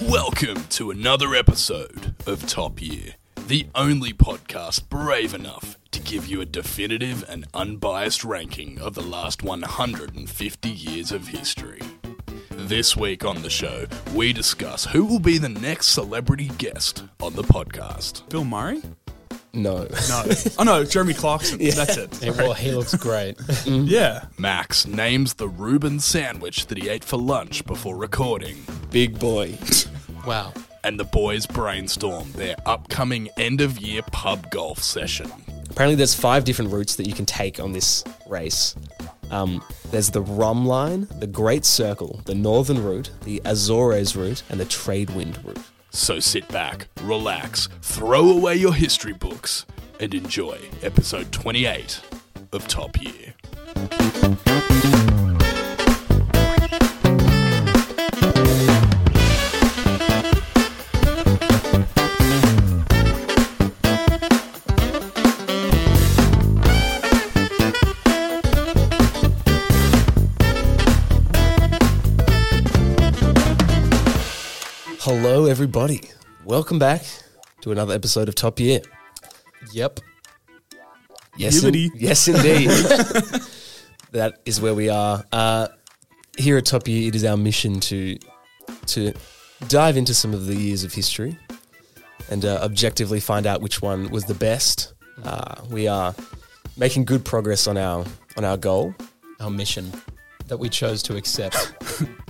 Welcome to another episode of Top Year, the only podcast brave enough to give you a definitive and unbiased ranking of the last 150 years of history. This week on the show, we discuss who will be the next celebrity guest on the podcast. Bill Murray? No. No. oh no, Jeremy Clarkson. That's it. Hey, well, he looks great. Yeah. Max names the Reuben sandwich that he ate for lunch before recording, Big boy. wow. and the boys brainstorm their upcoming end of year pub golf session. Apparently, there's five different routes that you can take on this race. Um, there's the Rum Line, the Great Circle, the Northern Route, the Azores Route, and the Trade Wind Route. So sit back, relax, throw away your history books, and enjoy episode 28 of Top Year. Hello, everybody. Welcome back to another episode of Top Year. Yep. Yes, in- Yibbity. yes, indeed. that is where we are. Uh, here at Top Year, it is our mission to to dive into some of the years of history and uh, objectively find out which one was the best. Uh, we are making good progress on our on our goal. Our mission that we chose to accept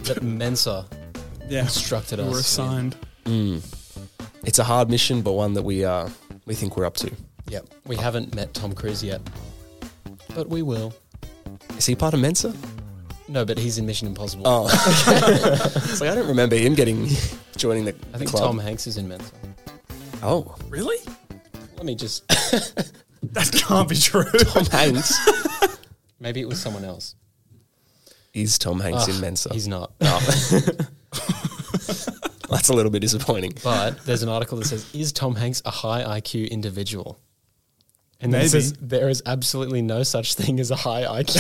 that Mensa Yeah. instructed We us. were assigned. It's a hard mission, but one that we uh, we think we're up to. Yep. We haven't met Tom Cruise yet, but we will. Is he part of Mensa? No, but he's in Mission Impossible. Oh, it's like I don't remember him getting joining the, I the think club. Tom Hanks is in Mensa. Oh, Really? Let me just. That can't be true. Tom Hanks Maybe it was someone else. is Tom Hanks Ugh, in Mensa. Ah, Oh. He's not. That's a little bit disappointing. But there's an article that says, "Is Tom Hanks a high IQ individual?" And then Maybe. it says there is absolutely no such thing as a high IQ.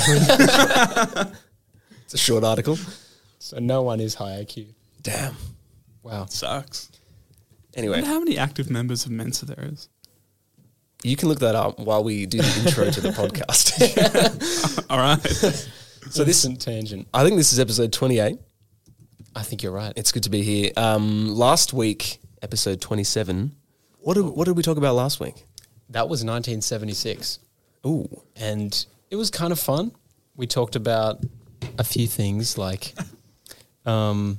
It's a short article. so no one is high IQ. Damn. Wow. Sucks. I Anyway, wonder how many active members of Mensa there is. you can look that up while we do the intro to the podcast. All right. so this, Instant tangent. I think this is episode 28. I think you're right. It's good to be here. Um, last week, episode 27. What did, what did we talk about last week? That was 1976, Ooh, and it was kind of fun. We talked about a few things like um,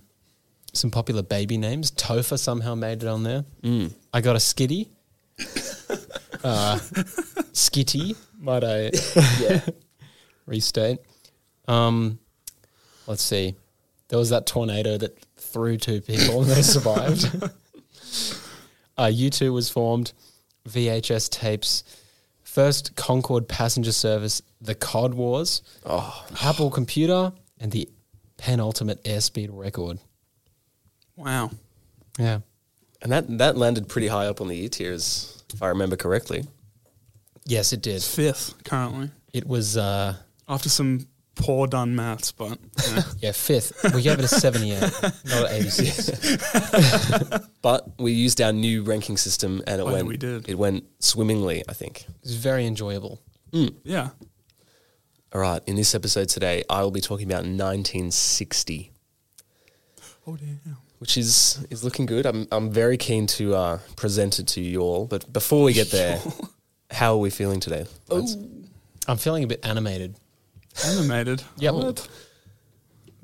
some popular baby names. Topher somehow made it on there. I got a skitty. uh, skitty, might I yeah, restate? Um, let's see. There was that tornado that threw two people and they survived. uh, U2 was formed, VHS tapes, first Concorde passenger service, the COD Wars, Apple Computer, and the penultimate airspeed record. Wow. Yeah. and that, that landed pretty high up on the ear tiers, if I remember correctly. Yes, it did. It's fifth currently. It was, uh, After some poor done maths, but yeah. yeah, fifth. We gave it a 78, not an 86. But we used our new ranking system, and it Oh, went we did. it went swimmingly. I think. It was very enjoyable. yeah. All right, in this episode today, I will be talking about 1960. Oh dear. which is is looking good. I'm I'm very keen to uh, present it to you all. But before we get there, how are we feeling today? Oh. Let's- I'm feeling a bit animated, Animated. Yep. What?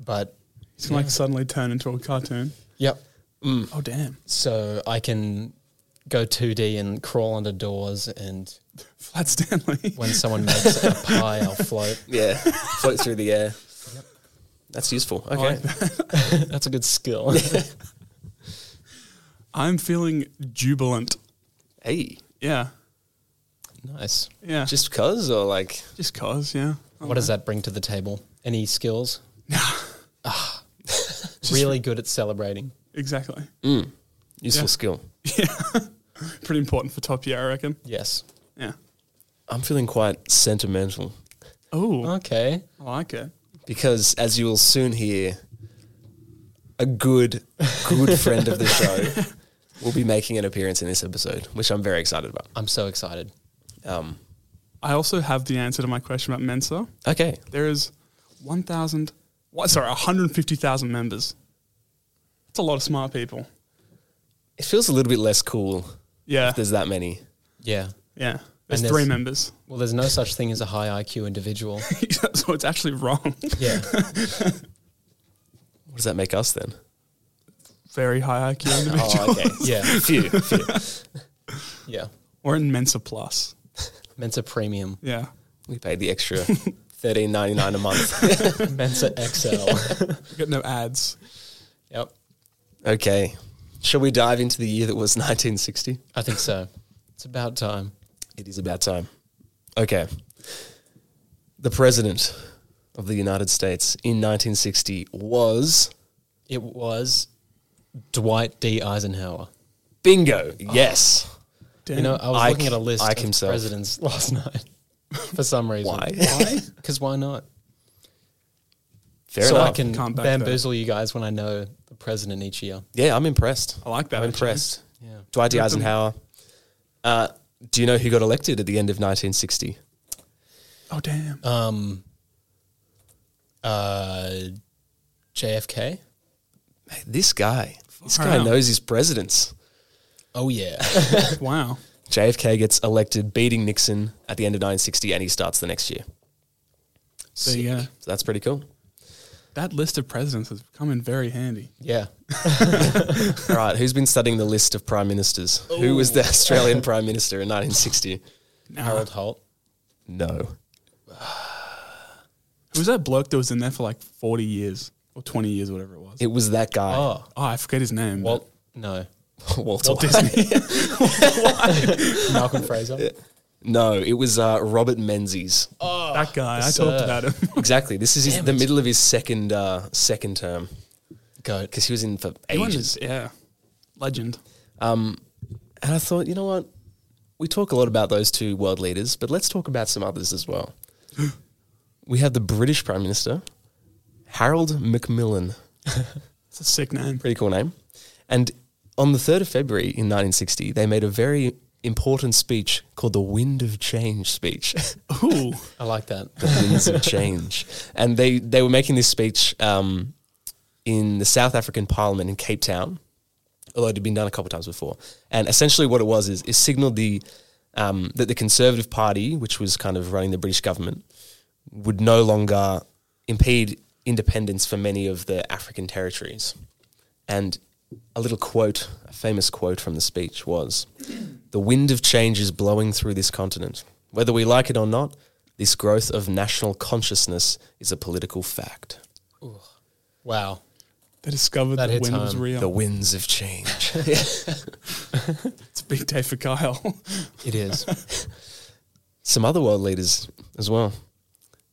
but It's like suddenly turn into a cartoon. yep. Oh damn. So I can go 2D and crawl under doors, and Flat Stanley. when someone makes a pie, I'll float. yeah, float through the air. That's useful. Okay, That's a good skill. I'm feeling jubilant. hey, Yeah. nice. Yeah. Just just cause or like just cause, yeah. What does that bring to the table? Any skills? Ah, really good at celebrating. Exactly. mm, useful Yeah. skill. Pretty important for top year, I reckon. Yes. Yeah. I'm feeling quite sentimental Oh, Okay. I like it. because, as you will soon hear, a good, good friend of the show will be making an appearance in this episode, which I'm very excited about. I'm so excited. Um, I also have the answer to my question about Mensa. okay, There is 1,000, what, sorry, 150,000 members. That's a lot of smart people. it feels a little bit less cool Yeah. if there's that many. Yeah. Yeah. There's, And three there's- members. Well, there's no such thing as a high IQ individual. so it's actually wrong. Yeah. What does that make us then? Very high IQ individual. Oh, okay, Yeah. few, few. Yeah. Or in Mensa Plus. Mensa Premium. Yeah. We paid the extra thirteen ninety nine a month. Mensa XL. We got no ads. yep. okay, shall we dive into the year that was 1960? I think so. It's about time. It is about time. Okay. The president of the United States in 1960 was It was Dwight D. Eisenhower. bingo. Yes. Damn. You know, I was Ike- looking at a list Ike of himself. presidents last night for some reason. Why? Why? Because why not? Fair so I enough. can Can't back that. bamboozle you guys when I know the president each year. yeah, I'm impressed. I like that, I'm actually. impressed. Yeah. Dwight D. Good for- Eisenhower. Uh, do you know who got elected at the end of 1960? oh, damn. Um. Uh, JFK. Hey, This guy. This Far guy out. knows his presidents. Oh yeah. wow. JFK gets elected, beating Nixon at the end of 1960, and he starts the next year. There you go. So that's pretty cool. That list of presidents has come in very handy. yeah. All right, who's been studying the list of prime ministers? Who was the Australian prime minister in 1960? Harold Holt. No. Who was that bloke that was in there for like 40 years or 20 years, whatever it was? It was that guy. Oh, oh, I forget his name. Walt. No, Walter. Oh, Disney. Malcolm Fraser. No, it was uh, Robert Menzies. but that guy. I sir. talked about him. Exactly. This is his, the middle of his second uh, second term Goat. because he was in for He won ages. his- yeah. Legend. Um, and I thought, you know what? We talk a lot about those two world leaders, but let's talk about some others as well. we have the British Prime Minister, Harold Macmillan. It's a sick name. Pretty cool name. And on the 3rd of February in 1960, they made a very important speech called the Wind of Change speech. Ooh. I like that. the winds of change. And they, they were making this speech um, in the South African Parliament in Cape Town, although it had been done a couple of times before. And essentially, what it was is it signalled the um, that the Conservative Party, which was kind of running the British government, would no longer impede independence for many of the African territories. And a little quote, a famous quote from the speech was The wind of change is blowing through this continent. Whether we like it or not, this growth of national consciousness is a political fact. Wow. They discovered That that the hits wind was home. real. The winds of change. it's a big day for Kyle. It is. Some other world leaders as well.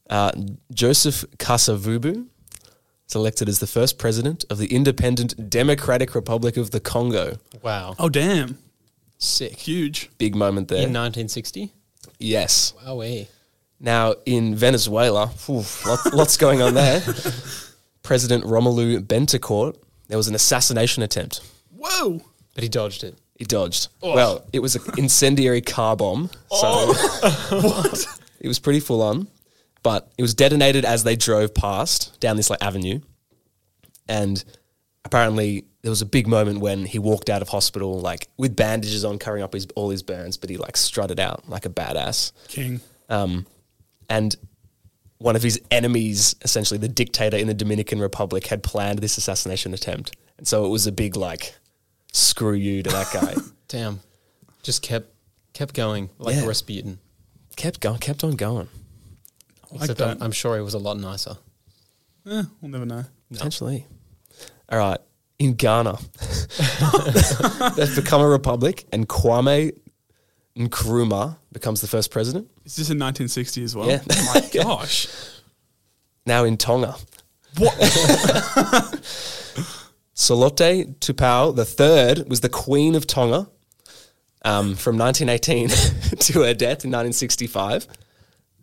Uh, Joseph Kasavubu is elected as the first president of the Independent Democratic Republic of the Congo. Wow. oh, damn. Sick. Huge. Big moment there. In 1960. yes. Wowee. Now in Venezuela, phew, lots, lots going on there. President Romelu Bentecourt, there was an assassination attempt. Whoa. But he dodged it. He dodged. Well, it was an incendiary car bomb. So it was pretty full on, but it was detonated as they drove past down this like avenue, and apparently there was a big moment when he walked out of hospital like with bandages on, covering up his all his burns, but he like strutted out like a badass. King. Um, and one of his enemies, essentially the dictator in the Dominican Republic, had planned this assassination attempt. And so it was a big, like, screw you to that guy. Damn. Just kept kept going like Yeah. Rasputin. kept going, kept on going. like Except that. I'm, I'm sure he was a lot nicer. Eh, we'll never know. Potentially. All right. In Ghana, they've become a republic, and Kwame Nkrumah becomes the first president. Is this in 1960 as well? Yeah. Oh my gosh. Now in Tonga. What? Salote Tupau the third was the queen of Tonga um, from 1918 to her death in 1965.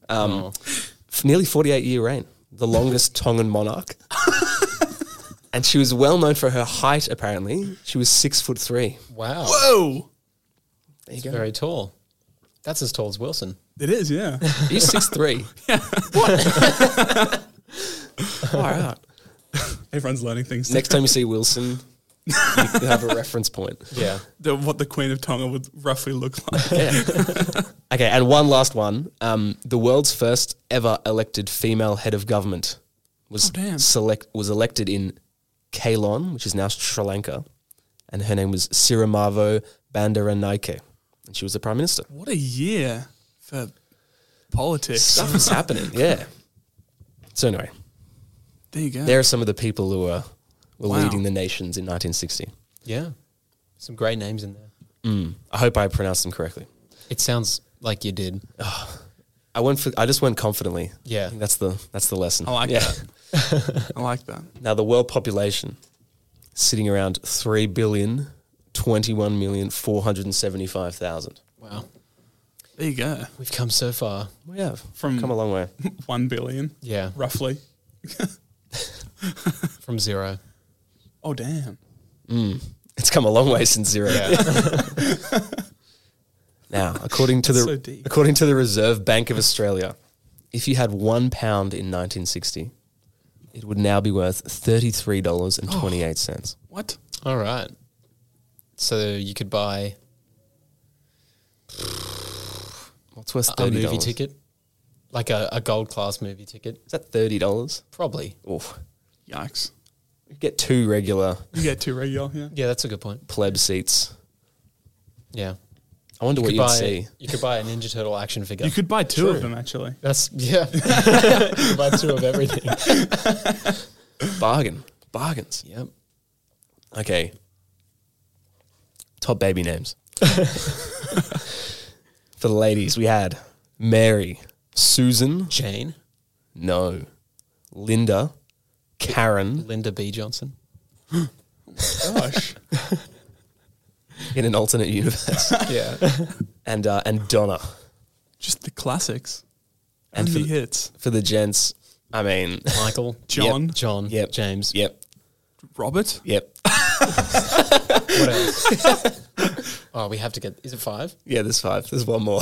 Um, Oh. f- Nearly 48 year reign, the longest Tongan monarch. And she was well known for her height, apparently. She was six foot three. Wow. Whoa! There you It's go. very tall. That's as tall as Wilson. It is, yeah. You're six three. What? Far out. Everyone's learning things. Next time you see Wilson, you have a reference point. Yeah. The- what the Queen of Tonga would roughly look like. Yeah. okay, and one last one. Um, the world's first ever elected female head of government was Oh, damn. select was elected in Ceylon, which is now Sri Lanka, and her name was Sirimavo Bandaranaike, and she was the prime minister. what a year for politics. Stuff is happening, yeah. So anyway, There you go. there are some of the people who were were Wow. leading the nations in 1960. Yeah. Some great names in there. Mm. I hope I pronounced them correctly. It sounds like you did. I went for, I just went confidently. I Yeah. think that's the that's the lesson. I like Yeah. that. I like that. Now, the world population sitting around 3 billion, 21,475,000. Wow. There you go. We've come so far. We have From- come a long way. One billion, Yeah. roughly. From zero. Oh, damn. It's come a long way since zero. Yeah. Now, according to the So deep. according to the Reserve Bank of Australia, if you had one pound in 1960, it would now be worth thirty-three dollars and twenty-eight cents. What? All right. So you could buy What's worth a thirty movie ticket, like a, a gold class movie ticket. Is that thirty dollars? Probably. Oof! Yikes. You Get two regular You get too regular, yeah. Yeah, that's a good point. pleb seats. Yeah. I wonder what could you'd buy, see. You could buy a Ninja Turtle action figure. You could buy two of them, actually. That's yeah. You could buy two of everything. Bargain, bargains. Yep. Okay. Top baby names. For the ladies, we had Mary, Susan, Jane, no, Linda, Karen, Linda B. Johnson. Gosh. in an alternate universe, Yeah. and uh, and Donna. Just the classics. And And the for the- hits. For the gents, I mean, Michael. John. John. Yep. James. yep, Robert. yep, What else? oh, we have to get. Is it five? yeah. There's five. There's one more.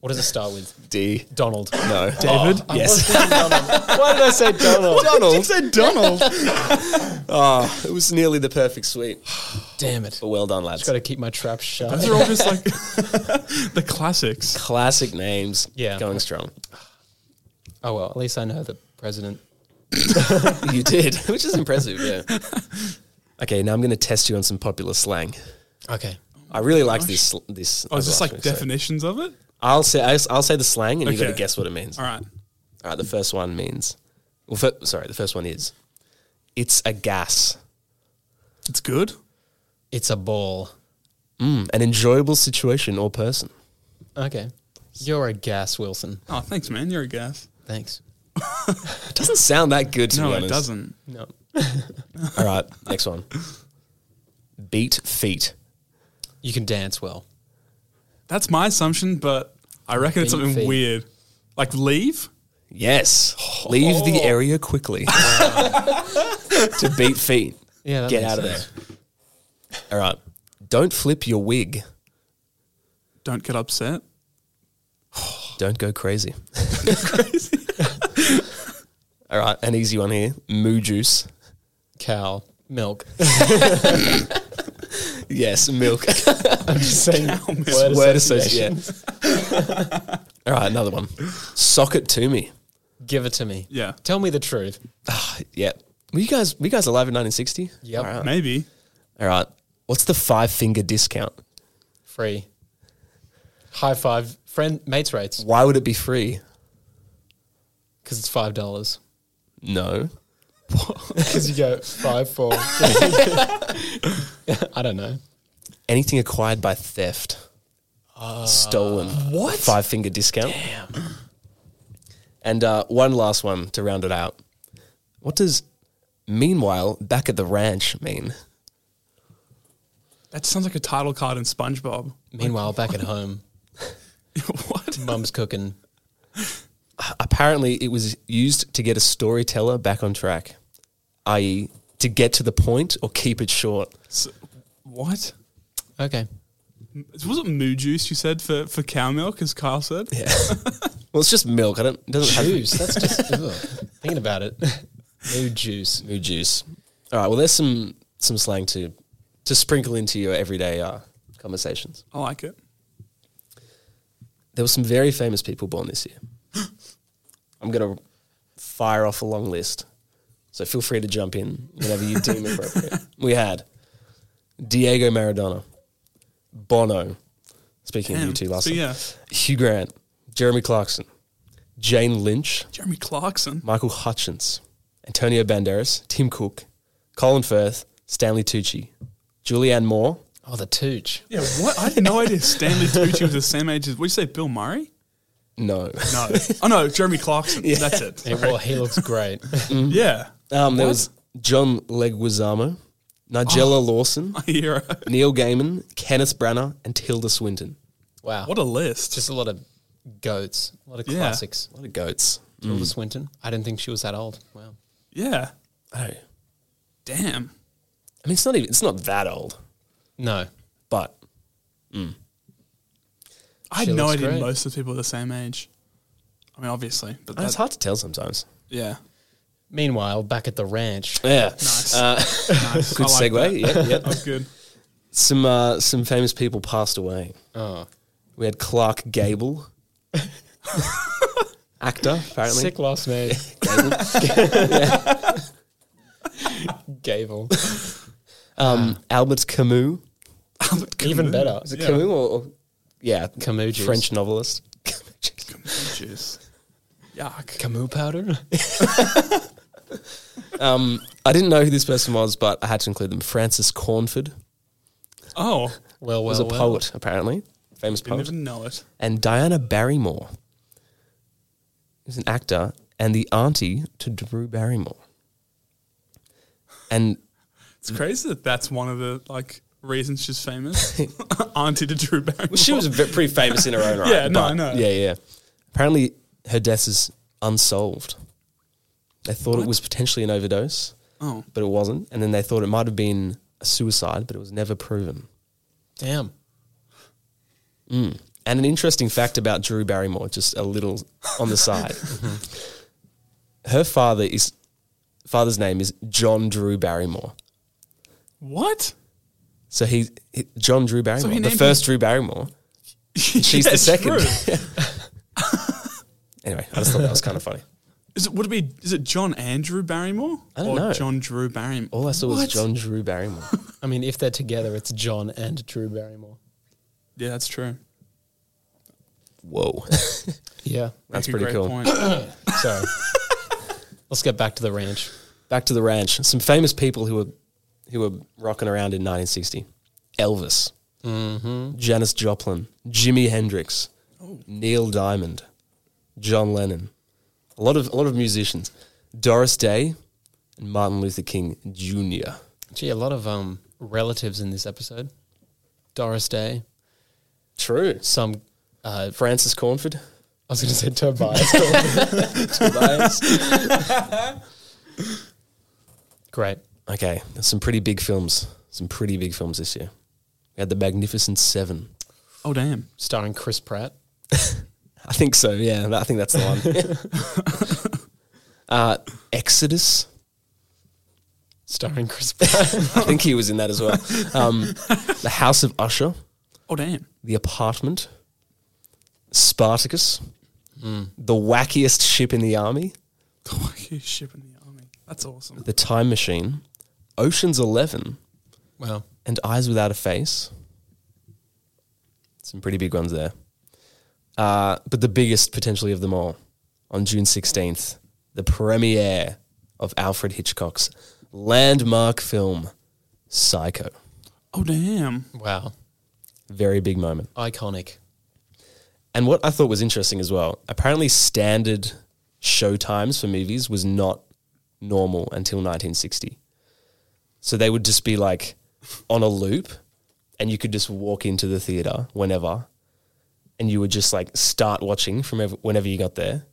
What does it start with? D. Donald. No, David? Oh, yes, Why did I say Donald? You Donald. said Donald. Oh, it was nearly the perfect sweep. Damn it. But well done, lads. Just got to keep my trap shut. Those are all just like the classics. Classic names. Yeah. going strong. Oh well, at least I know the president. You did, which is impressive. Yeah. Okay, now I'm going to test you on some popular slang. Okay. I really liked this. sl- This. Oh, is last this like one, so- definitions of it? I'll say I'll, I'll say the slang, and you got to Okay. guess what it means. All right. All right. The first one means. Well, fir- sorry. The first one is. It's a gas. It's good. It's a ball. Mm, an enjoyable situation or person. Okay. You're a gas, Wilson. Oh, thanks, man. You're a gas. Thanks. It doesn't sound that good to No, be it honest. doesn't. No. All right. Next one. Beat feet. You can dance well. That's my assumption, but I reckon it's Beat something feet. weird. Like leave? Yes. Leave the area quickly. to beat feet. Yeah, that Get makes out of there. sense. All right. Don't flip your wig. Don't get upset. Don't go crazy. crazy. All right. An easy one here. Moo juice. Cow. Milk. Yes. Milk. Same Word, association. yeah. All right. Another one. Sock it to me. Give it to me. Yeah. Tell me the truth. Ah, yeah. Were you guys were you guys alive in 1960? Yep. All right. Maybe. All right. What's the five finger discount? Free. High five. Friend mates rates. Why would it be free? Because it's five dollars. No. Because you go five four. I don't know. Anything acquired by theft. Stolen. What? Five finger discount. Damn. And uh, one last one to round it out. What does meanwhile back at the ranch mean? That sounds like a title card in SpongeBob. Meanwhile, back at home, what? mum's cooking. Apparently, it was used to get a storyteller back on track. i.e., to get to the point or keep it short. So, what? Okay. Was it moo juice you said for, for cow milk, as Carl said? Yeah. well, it's just milk. I don't it doesn't have Juice. That's just ugh. thinking about it. No juice. mood juice. All right. Well, there's some some slang to to sprinkle into your everyday uh, conversations. I like it. There were some very famous people born this year. I'm gonna fire off a long list, so feel free to jump in whenever you deem appropriate. We had Diego Maradona, Bono. Speaking of Damn. you two last So, time, yeah. Hugh Grant, Jeremy Clarkson, Jane Lynch, Jeremy Clarkson. Michael Hutchins, Antonio Banderas, Tim Cook, Colin Firth, Stanley Tucci, Julianne Moore. Oh, the tooch. Yeah, what? I had no idea Stanley Tucci was the same age as, what would you say, Bill Murray? No. No. oh, no, Jeremy Clarkson. That's it. Hey, well, he looks great. Yeah. Um, there What? Oh. was John Leguizamo, Nigella Lawson, My hero. Neil Gaiman, Kenneth Branagh, and Tilda Swinton. Wow. What a list. just a lot of goats. A lot of Yeah. Mm. classics. A lot of goats. Tilda Swinton. I didn't think she was that old. Wow. yeah. Oh. I mean, Damn. it's not even, it's not that old, No. but I had She no looks idea great. most of the people are the same age. I mean, obviously, but it's that's hard to tell sometimes. yeah, Meanwhile, back at the ranch. Yeah. nice. Uh, nice. good I segue. like That. Yep, yep. That's good. some, uh, some famous people passed away. Oh. We had Clark Gable, actor, apparently. Sick loss, mate. Gable. Gable. Um, Albert Camus. Even better. Is it Camus or, or- yeah, Camus juice. French novelist. Jeez. Yuck. Camus powder? um, I didn't know who this person was, but I had to include them. Francis Cornford Oh, Well, well, was a well. poet, apparently, famous didn't poet, even know it. and Diana Barrymore was an actor and the auntie to Drew Barrymore. And It's crazy that that's one of the like reasons she's famous. Auntie to Drew Barrymore. well, she was ve- pretty famous in her own right. Yeah, no, I but- know. Yeah, yeah. Apparently, her death is unsolved. They thought it was potentially an overdose. Oh, but it wasn't. And then they thought it might have been a suicide, but it was never proven. Damn. And an interesting fact about Drew Barrymore, just a little on the side. Her father is father's name is John Drew Barrymore. what? So he, he- John Drew Barrymore, the named first Drew Barrymore. She's Yeah, the second. true. anyway, I just thought that was kind of funny. Is it would it be? Is it John Andrew Barrymore I don't or know. John Drew Barrymore? All I saw was What? John Drew Barrymore. I mean, if they're together, it's John and Drew Barrymore. Yeah, that's true. Whoa, Yeah. that's Make a pretty great cool. point. So let's get back to the ranch. Back to the ranch. Some famous people who were who were rocking around in 1960. Elvis. Mm-hmm. Janis Joplin, Jimi Hendrix, Oh. Neil Diamond, John Lennon, a lot of a lot of musicians, Doris Day, and Martin Luther King Jr. Gee, a lot of um, relatives in this episode. Doris Day, True. some. Uh, Francis Cornford. I was going to say Tobias. Tobias. Great. okay, there's some pretty big films. Some pretty big films this year. We had The Magnificent Seven. Oh damn. Starring Chris Pratt. I think so. Yeah, I think that's the one. uh, Exodus. Starring Chris Pratt. I think he was in that as well. Um, the House of Usher. Oh damn. The Apartment, Spartacus, The Wackiest Ship in the Army, He's shipping the army. That's awesome. The Time Machine, Ocean's Eleven, wow. and Eyes Without a Face. Some pretty big ones there. Uh, but the biggest potentially of them all, on June 16th, the premiere of Alfred Hitchcock's landmark film, Psycho. Oh damn. Wow. Very big moment. Iconic. And what I thought was interesting as well, apparently standard show times for movies was not normal until 1960. So they would just be like on a loop and you could just walk into the theater whenever and you would just like start watching from ev- whenever you got there.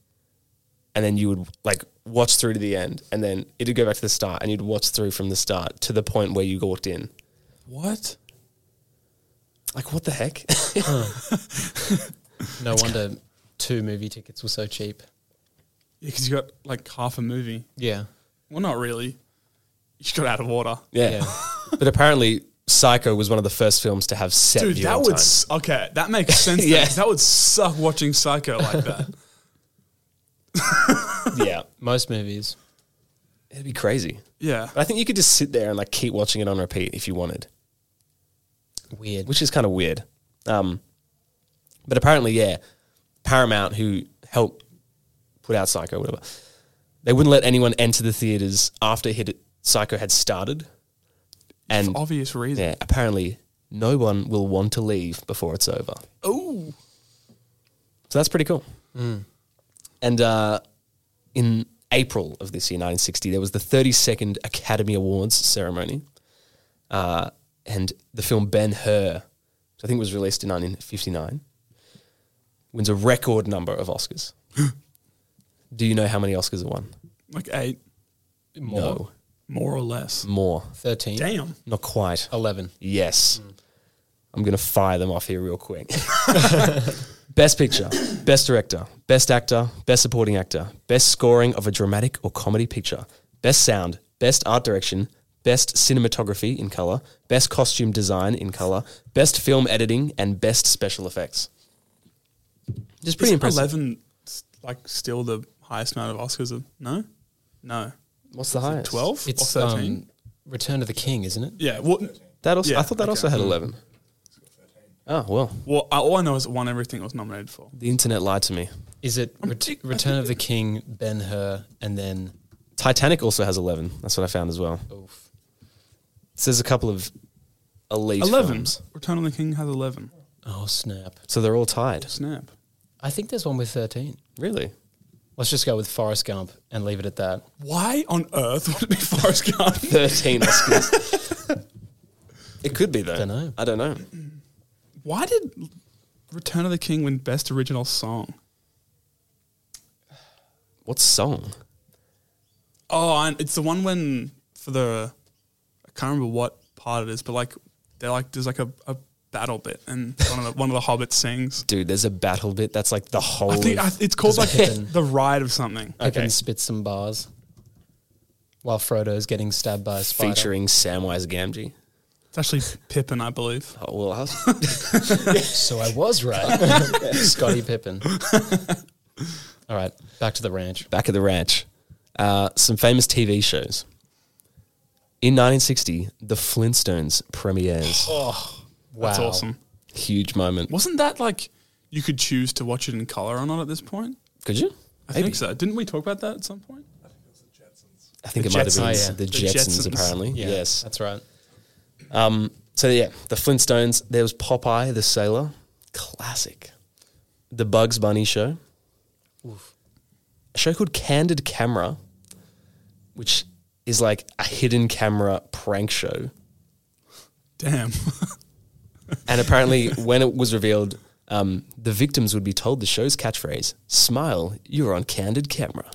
And then you would like watch through to the end, and then it'd go back to the start, and you'd watch through from the start to the point where you walked in. What? Like, what the heck? No wonder two movie tickets were so cheap. Yeah, because you got like half a movie. Yeah. Well, not really. You just got out of order. yeah. Yeah. but apparently, Psycho was one of the first films to have set Dude, viewing that would time. s okay. That makes sense. then, Yeah. 'cause that would suck watching Psycho like that. yeah, Most movies. it'd be crazy. yeah, But I think you could just sit there and like keep watching it on repeat if you wanted. Weird. which is kind of weird. Um, but apparently, yeah, Paramount, who helped put out Psycho, whatever, they wouldn't let anyone enter the theaters after hit Psycho had started. And for obvious reason. yeah, apparently, no one will want to leave before it's over. Oh, So that's pretty cool. And uh, in April of this year, 1960, there was the 32nd Academy Awards ceremony. Uh, and the film Ben Hur, which I think was released in 1959, wins a record number of Oscars. Do you know how many Oscars it won? like eight, More. No. more or less. More. 13. Damn. Not quite. 11. Yes. Mm. I'm going to fire them off here real quick. best picture, best director, best actor, best supporting actor, best scoring of a dramatic or comedy picture, best sound, best art direction, best cinematography in color, best costume design in color, best film editing, and best special effects. Just pretty Isn't impressive. Eleven, s- like, still the highest amount of Oscars. Of, no, no, What's the highest? twelve It's or thirteen. um, Return of the King, isn't it? yeah. Well, That also, Yeah, I thought that okay. Mm. also had 11. Oh, well, well, I- all I know is it won everything it was nominated for. the internet lied to me. Is it I'm Ret- dig- I Return think of the King, Ben Hur, and then Titanic also has 11. That's what I found as well. oof, So there's a couple of elite Eleven. films. Return of the King has eleven. oh snap! So they're all tied. Snap. I think there's one with thirteen. Really? Let's just go with Forrest Gump and leave it at that. Why on earth would it be Forrest Gump? 13 Oscars. it could be, though. Dunno. I don't know. Why did Return of the King win Best Original Song? What song? Oh, and it's the one when for the I can't remember what part it is, but like they're like there's like a, a battle bit, and one of the one of the hobbits sings. Dude, there's a battle bit that's like the whole. I think I, of- it's called like Does it happen? the ride of something. Pippin spits some bars while Frodo's getting stabbed by a spider. featuring Samwise Gamgee. It's actually Pippin, I believe. Oh, well, I was- So I was right, Scotty Pippin. All right, back to the ranch. back at the ranch. Uh, some famous TV shows. In 1960, The Flintstones premieres. Wow, That's awesome. Huge moment. Wasn't that like you could choose to watch it in color or not at this point? Could you? I think so. Didn't we talk about that at some point? I think The it might have been Jetsons. Oh, yeah. the, The Jetsons, Jetsons. apparently. Yeah, Yes. that's right. So yeah, the Flintstones. There was Popeye the Sailor, classic. The Bugs Bunny Show. A show called Candid Camera, which is like a hidden camera prank show. Damn. And apparently, when it was revealed, um, the victims would be told the show's catchphrase: "Smile, you're on Candid Camera."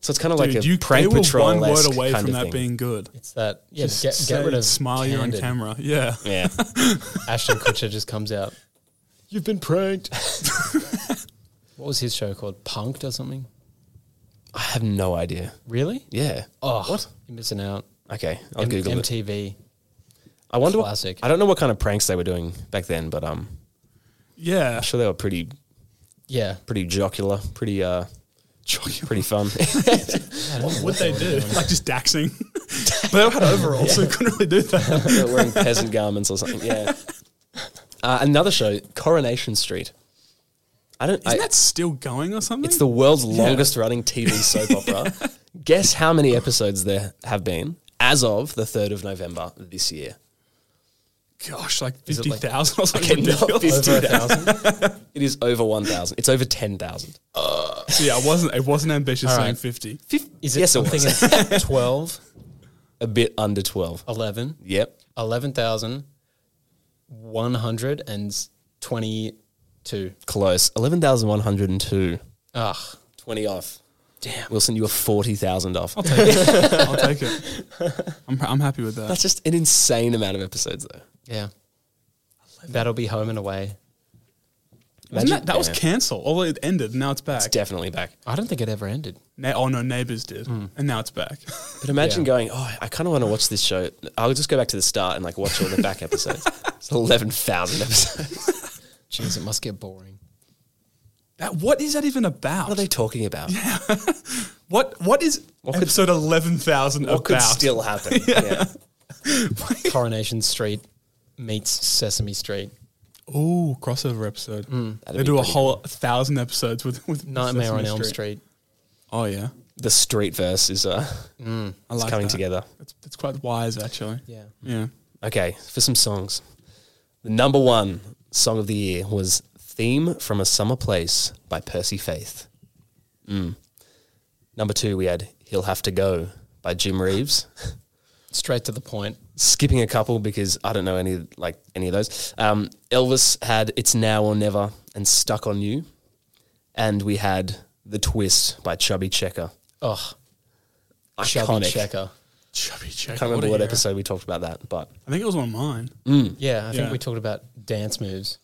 So it's kind of like a Dude, you prank they were patrol one word away kind of from that thing. being good. It's that yeah. Just Get, say get rid it, of smile. You're on candid. camera. Yeah. yeah. Ashton Kutcher just comes out. You've been pranked. what was his show called? Punked or something? I have no idea. Really? Yeah. Oh, You're missing out. Okay, I'll M- Google it. MTV. I wonder. Classic. What, I don't know what kind of pranks they were doing back then, but um, Yeah. I'm sure they were pretty, Yeah. pretty jocular, pretty, uh, pretty fun. What would they do? Like just daxing. but they all had overalls, so they couldn't really do that. they were wearing peasant garments or something. Yeah. Uh, another show, Coronation Street. I don't. I, Isn't that still going or something? it's the world's longest running TV soap opera. Guess how many episodes there have been as of the third of November this year? gosh, like Is it fifty like- thousand or something. Okay, not ridiculous. 50. Over a thousand. It is over one thousand. It's over ten thousand. yeah, I wasn't. It wasn't ambitious All saying right. fifty. Is it Yes, it something was. at 12, A bit under twelve. 11, Yep. 11,122? Close. Eleven thousand one hundred and two. Ugh. Twenty off. Damn. We'll send you a forty thousand off. I'll take it. I'll take it. I'm, I'm happy with that. That's just an insane amount of episodes, though. Yeah. That'll be home and away. Wasn't that, that was yeah. cancelled. Although it ended, now it's back. It's definitely back. I don't think it ever ended. Na- oh no, Neighbours did, Hmm. and now it's back. But imagine Yeah. going, oh, I kind of want to watch this show. I'll just go back to the start and like watch all the back episodes. It's eleven thousand episodes. Jeez, it must get boring. that what is that even about? What are they talking about? what what is could- episode eleven thousand What about? could still happen? yeah. Coronation Street meets Sesame Street. Ooh, crossover episode. Hmm, That'd they be do a pretty whole thousand episodes with with Nightmare Sesame on Elm Street. Oh yeah, The street verse is uh, I it's like coming that. together. It's, it's quite wise actually. Yeah. Yeah. Okay, for some songs. The number one song of the year was Theme from a Summer Place by Percy Faith. Mm. Number two, we had He'll Have to Go by Jim Reeves. Straight to the point. Skipping a couple because I don't know any like any of those. Um, Elvis had It's Now or Never and Stuck on You. And we had The Twist by Chubby Checker. Oh, chubby Iconic. checker. Chubby check. I can't remember what episode we talked about that, but I think it was one of mine. Hmm. Yeah, I think Yeah. we talked about dance moves.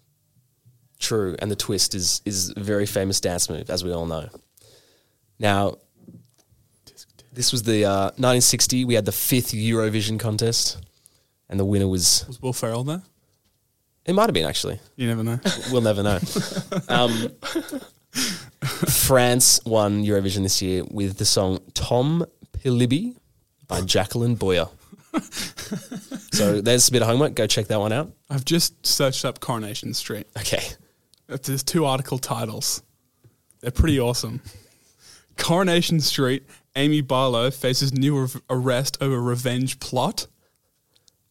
True, and the twist is is a very famous dance move, as we all know. Now, this was the uh, 1960. We had the fifth Eurovision contest, and the winner was. Was Will Ferrell there? It might have been actually. You never know. We'll never know. um, France won Eurovision this year with the song "Tom Pilibby" by Jacqueline Boyer. so there's a bit of homework. Go check that one out. I've just searched up Coronation Street. Okay. There's two article titles. They're pretty awesome. Coronation Street, Amy Barlow faces new ar- arrest over revenge plot.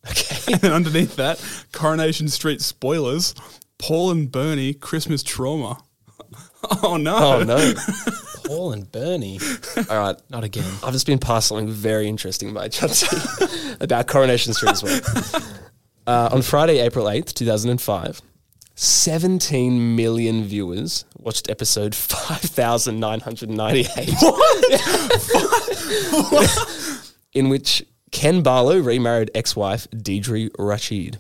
Okay. And then underneath that, Coronation Street spoilers, Paul and Bernie Christmas trauma. Oh no. Oh no. Paul and Bernie. All right. Not again. I've just been passed something very interesting by Chauncey about Coronation Street as well. Uh, on Friday, April 8th, 2005, 17 million viewers watched episode 5,998. In which Ken Barlow remarried ex wife Deidre Rashid.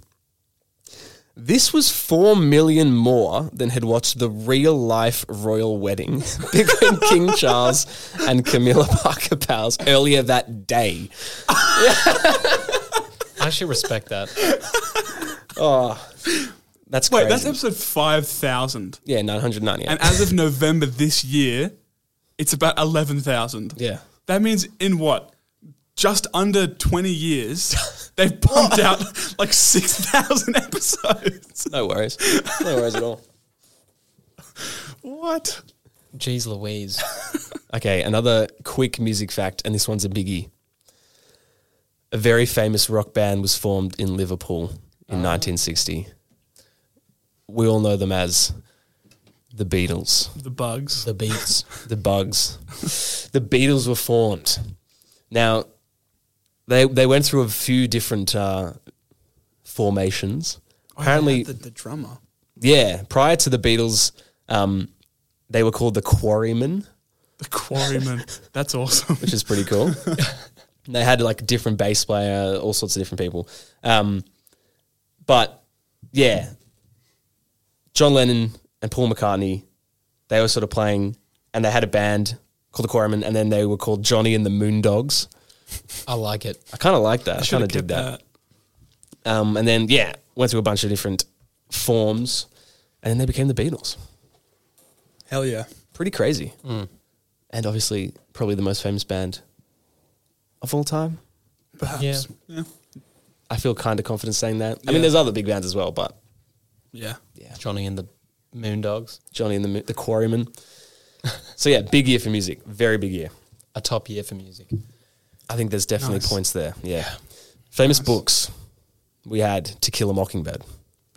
This was 4 million more than had watched the real life royal wedding between King Charles and Camilla Parker Powers earlier that day. I actually respect that. That's Wait, crazy. that's episode 5000. yeah, 998. And as of November this year, it's about 11,000. yeah. That means in what? Just under 20 years, they've pumped out like 6,000 episodes. No worries. No worries at all. What? Jeez Louise. Okay, another quick music fact, and this one's a biggie. A very famous rock band was formed in Liverpool in Ah. 1960. We all know them as the Beatles. The bugs. The beats. the bugs. the Beatles were formed. Now, they they went through a few different uh, formations. Apparently, Oh, the, the drummer. yeah. Prior to the Beatles, um, they were called the Quarrymen, The quarryman. That's awesome. which is pretty cool. they had like a different bass player, all sorts of different people. Um, but yeah, John Lennon and Paul McCartney, they were sort of playing, and they had a band called the Quarrymen, and then they were called Johnny and the Moondogs. I like it. I kind of like that. I, kind Should've of dig kept that. Um, and then yeah, went through a bunch of different forms, and then they became the Beatles. Hell yeah. Pretty crazy, and obviously probably the most famous band of all time. Perhaps. Yeah. Yeah. I feel kind of confident saying that. I Yeah. mean, there's other big bands as well, but Yeah. yeah, Johnny and the Moondogs. Johnny and the Mo- the Quarrymen. so yeah, big year for music. Very big year. A top year for music. I think there's definitely Nice. points there. Yeah. Famous Nice. books. We had To Kill a Mockingbird.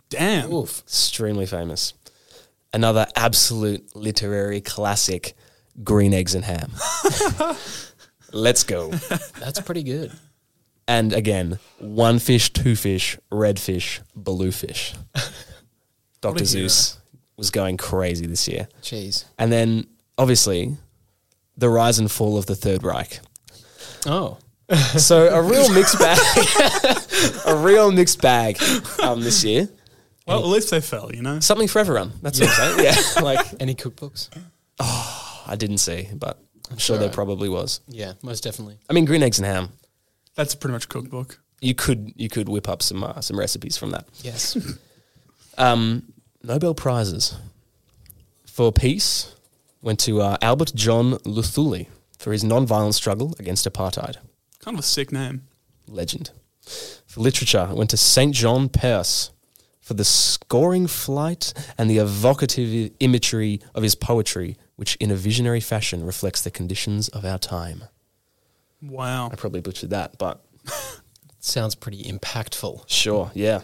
Damn. Oof. extremely famous. Another absolute literary classic, Green Eggs and Ham. Let's go. That's pretty good. And again, one fish, two fish, red fish, blue fish. What Dr. a hero. Zeus was going crazy this year. Jeez. And then obviously, the rise and fall of the Third Reich. Oh, So a real mixed bag, a real mixed bag um, this year. Well, at least they fell, you know? Something for everyone. That's what I'm saying. Yeah, like any cookbooks? I didn't see, but I'm sure there alright. probably was. Yeah, most definitely. I mean, green eggs and ham. That's pretty much cookbook. You could you could whip up some uh, some recipes from that. Yes. Um, Nobel prizes for peace went to uh, Albert John Luthuli for his non-violent struggle against apartheid. Kind of a sick name. legend. For literature, it went to St. John Pearse for the scoring flight and the evocative imagery of his poetry, which in a visionary fashion reflects the conditions of our time. Wow. I probably butchered that, but Sounds pretty impactful. sure, yeah.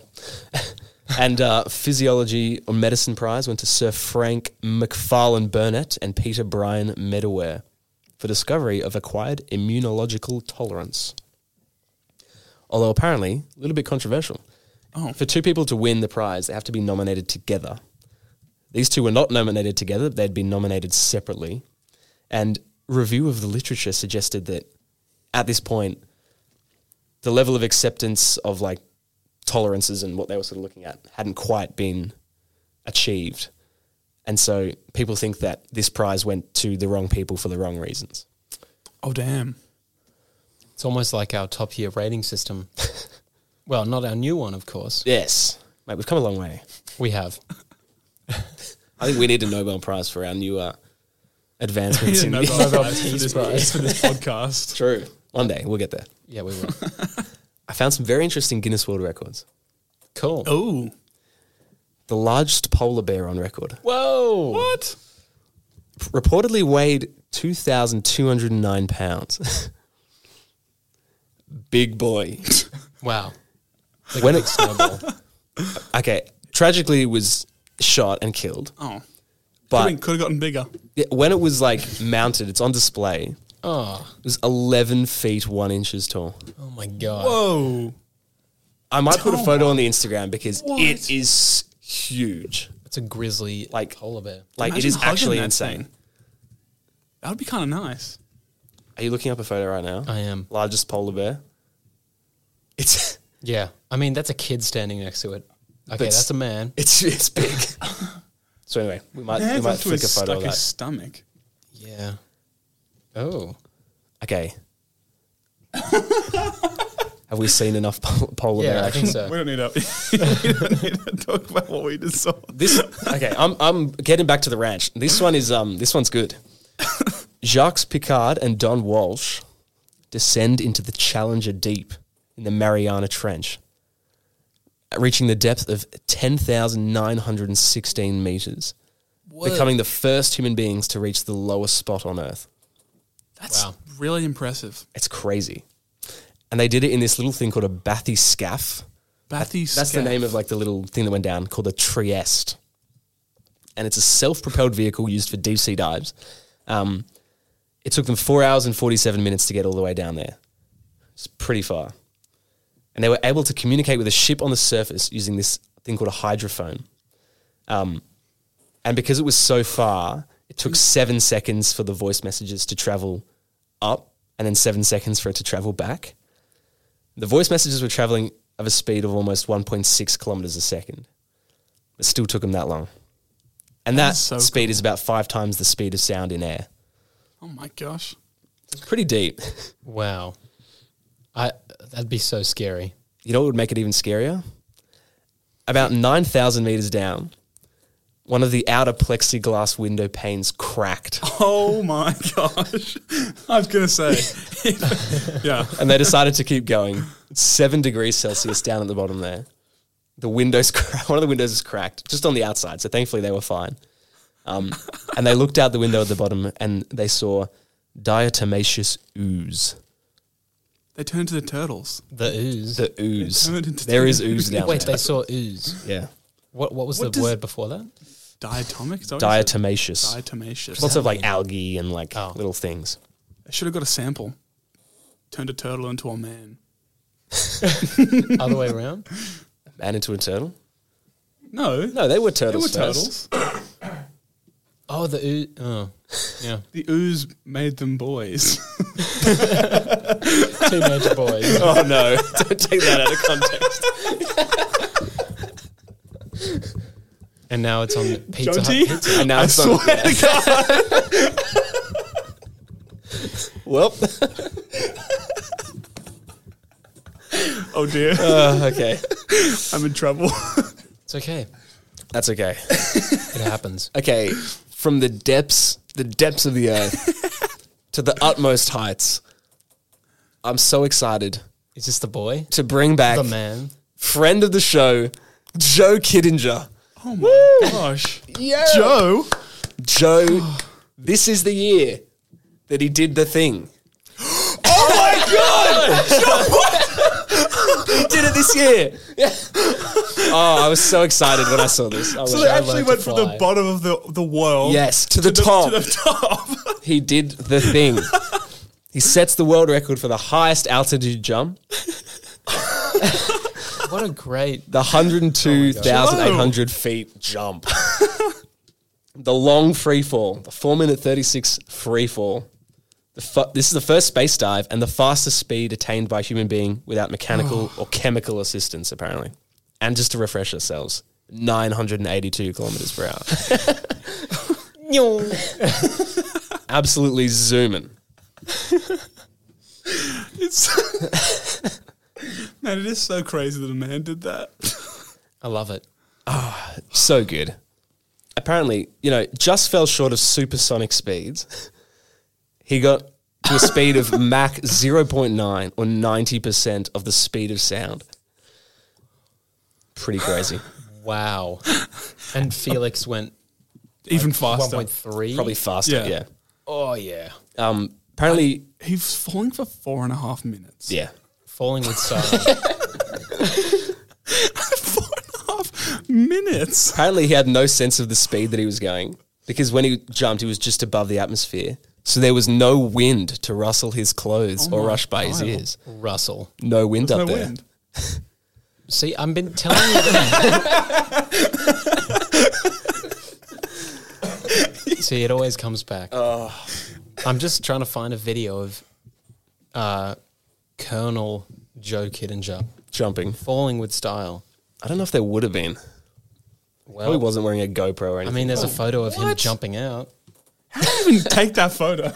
and uh, Physiology or Medicine Prize went to Sir Frank McFarlane Burnett and Peter Bryan Medaware for discovery of acquired immunological tolerance. Although apparently a little bit controversial. Oh. For two people to win the prize, they have to be nominated together. These two were not nominated together, they'd been nominated separately. And review of the literature suggested that at this point, the level of acceptance of like tolerances and what they were sort of looking at hadn't quite been achieved. And so people think that this prize went to the wrong people for the wrong reasons. Oh, damn. It's almost like our top tier rating system. well, not our new one, of course. Yes. Mate, we've come a long way. We have. I think we need a Nobel Prize for our new uh, advancements in Nobel the Prize for this, for this podcast. True. One day we'll get there. Yeah, we will. I found some very interesting Guinness World Records. Cool. Oh. The largest polar bear on record Whoa. What? reportedly weighed 2,209 pounds. Big boy. Wow. when it snowball. Okay, tragically it was shot and killed. Oh. But could have gotten bigger. Yeah, when it was like mounted, it's on display. Oh, It was eleven feet one inches tall. oh my God. Whoa. I might put a Tall photo on the Instagram because What? it is huge. It's a grizzly Like- polar bear. Like Imagine it is hugging actually that insane. thing. That would be kind of nice. Are you looking up a photo right now? I am. Largest polar bear. It's Yeah. I mean, that's a kid standing next to it. Okay, That's- that's, a man. it's it's big. so anyway, we might we Hands might up to flick a his, photo stuck of his that. stomach. Yeah. Oh. Okay. Have we seen enough pol- polar bear Yeah, I action? think so. don't need to, we don't need to talk about what we just saw. This okay. I'm I'm getting back to the ranch. This one is um. This one's good. Jacques Picard and Don Walsh descend into the Challenger Deep in the Mariana Trench, reaching the depth of ten thousand nine hundred and sixteen meters, becoming the first human beings to reach the lowest spot on Earth. That's Wow. really impressive. It's crazy, and they did it in this little thing called a bathyscaphe. Bathy That's the name of like the little thing that went down called the Trieste, and it's a self-propelled vehicle used for deep sea dives. Um, it took them four hours and forty-seven minutes to get all the way down there. It's pretty far, and they were able to communicate with a ship on the surface using this thing called a hydrophone. Um, and because it was so far, it took seven seconds for the voice messages to travel up, and then seven seconds for it to travel back. The voice messages were traveling at a speed of almost 1.6 kilometers a second. It still took them that long. And that That's so speed is about five times the speed of sound in air. Oh my gosh. It's pretty deep. Wow. I that'd be so scary. You know what would make it even scarier? About 9,000 meters down, one of the outer plexiglass window panes cracked. Oh my gosh. I was going to say. yeah. and they decided to keep going. It's Seven degrees Celsius down at the bottom there. The windows, cra- one of the windows is cracked, just on the outside. So thankfully they were fine. Um, and they looked out the window at the bottom and they saw diatomaceous ooze. They turned to the turtles. The ooze. The ooze. turned into There is ooze down Wait, there. they saw ooze. Yeah, What what was What the does- word before that? Diatomic? Is that what you said? diatomaceous. Diatomaceous. Lots of like algae and like Oh. little things. I should have got a sample. Turned a turtle into a man. Other way around? And into a turtle. No. No, they were They were turtles. first. turtles. Oh, the oo- oh, yeah, The ooze made them boys. teenage boys. Oh no! Don't take that out of context. And now it's on Pizza Hut. Jody? Pizza- And now it's on- well, oh dear, uh, okay, I'm in trouble. It's okay. that's okay. It happens. Okay, from the depths, the depths of the earth, to the utmost heights. I'm so excited Is this the boy? to bring back The man. friend of the show, Joe Kidinger. oh my gosh, Yeah, Joe. Joe, this is the year that he did the thing. oh my god! Joe, what? he did it this year. Yeah. Oh, I was so excited when I saw this. I was So like, they I actually learned went to from the fly. bottom of the the world. yes, to the to the- top. To the top. he did the thing. he sets the world record for the highest altitude jump, What a great. the 102,800 feet jump. the long free fall, the 4 minute 36 free fall. The fu- this is the first space dive and the fastest speed attained by a human being without mechanical or chemical assistance, apparently. And just to refresh ourselves, 982 kilometers per hour. Absolutely zooming. It's man, it is so crazy that a man did that. I love it. so good. Apparently, you know, just fell short of supersonic speeds. He got to a speed of Mach 0.9 or 90% of the speed of sound. Pretty crazy. Wow. And Felix went Even faster. 1.3. Probably faster, Yeah. yeah. Oh, yeah. Um, apparently, He's falling for four and a half minutes. yeah. Falling with style. four and a half minutes. Apparently, he had no sense of the speed that he was going because when he jumped, he was just above the atmosphere. So there was no wind to rustle his clothes Oh or my rush by his God. ears. Russell. No wind No up there. wind. See, I've been telling you that. See, it always comes back. I'm just trying to find a video of uh, Colonel Joe Kidinger Jumping. falling with style. I don't know if there would have been. Probably Well, wasn't Oh, wearing a GoPro or I anything. mean, there's a photo of him what? jumping out. How do you even take that photo?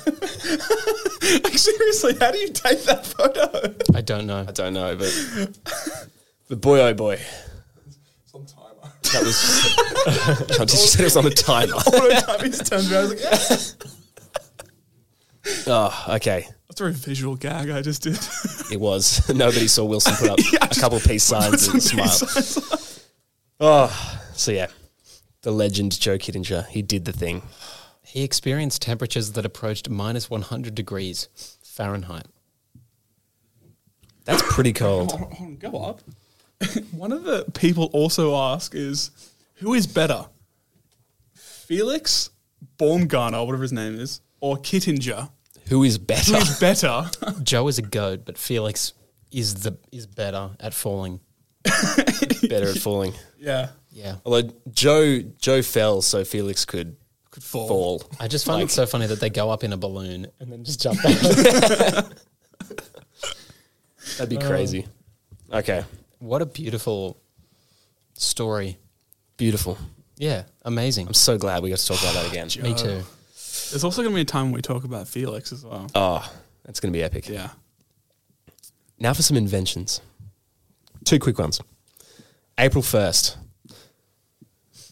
like seriously, how do you take that photo? I don't know. I don't know, but but boy oh boy, It's on timer. that was. I just said it was on the timer. All the time he's turned around. he's Like, oh, okay, That's a very visual gag I just did. it was. Nobody saw Wilson put up Yeah, I a couple peace signs and smile. Oh, so yeah, the legend Joe Kittinger, he did the thing. He experienced temperatures that approached minus 100 degrees Fahrenheit. That's pretty cold. Hold on, Oh, go up. One of the people also ask is, who is better, Felix Baumgartner, whatever his name is, or Kittinger? Who is Who better? is better? Joe is a goat, but Felix is the is better at falling. better at falling. yeah, Yeah. Although Joe Joe fell, so Felix could could fall. fall. I just find it so funny that they go up in a balloon and then just jump out. That'd be crazy. Okay, what a beautiful story. beautiful. Yeah, amazing. I'm so glad we got to talk about that again. Me too. There's also going to be a time when we talk about Felix as well. Oh, that's gonna be epic. Yeah. Now for some inventions. Two quick ones. April 1st,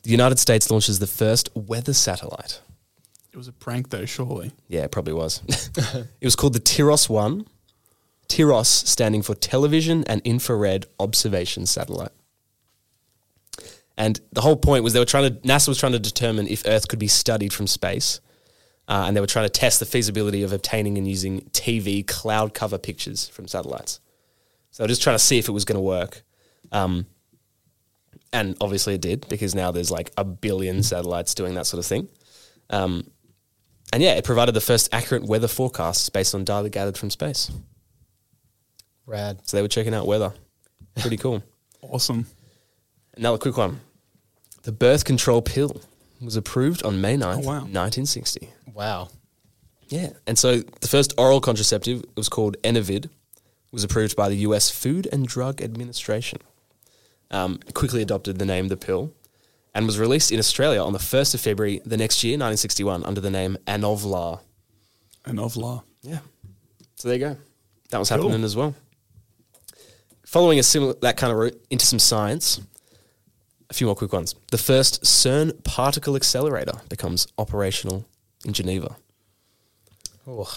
the United States launches the first weather satellite. It was a prank though, surely. Yeah, it probably was. it was called the Tiros 1. Tiros standing for Television and Infrared Observation Satellite. And the whole point was they were trying to, NASA was trying to determine if Earth could be studied from space. Uh, and they were trying to test the feasibility of obtaining and using TV cloud cover pictures from satellites. So they're just trying to see if it was going to work. Um, and obviously it did because now there's like a billion satellites doing that sort of thing. Um, and yeah, it provided the first accurate weather forecasts based on data gathered from space. Rad. So they were checking out weather. Pretty cool. Awesome. Another quick one. The birth control pill was approved on May 9th, wow. 1960. Wow. Yeah. And so the first oral contraceptive it was called Enavid, was approved by the US Food and Drug Administration. Um, it quickly adopted the name the pill and was released in Australia on the 1st of February the next year, 1961, under the name Anovlar. and of law. Yeah. So there you go. That was happening as well. Following a similar that kind of route into some science, a few more quick ones. The first CERN particle accelerator becomes operational in Geneva. Oh,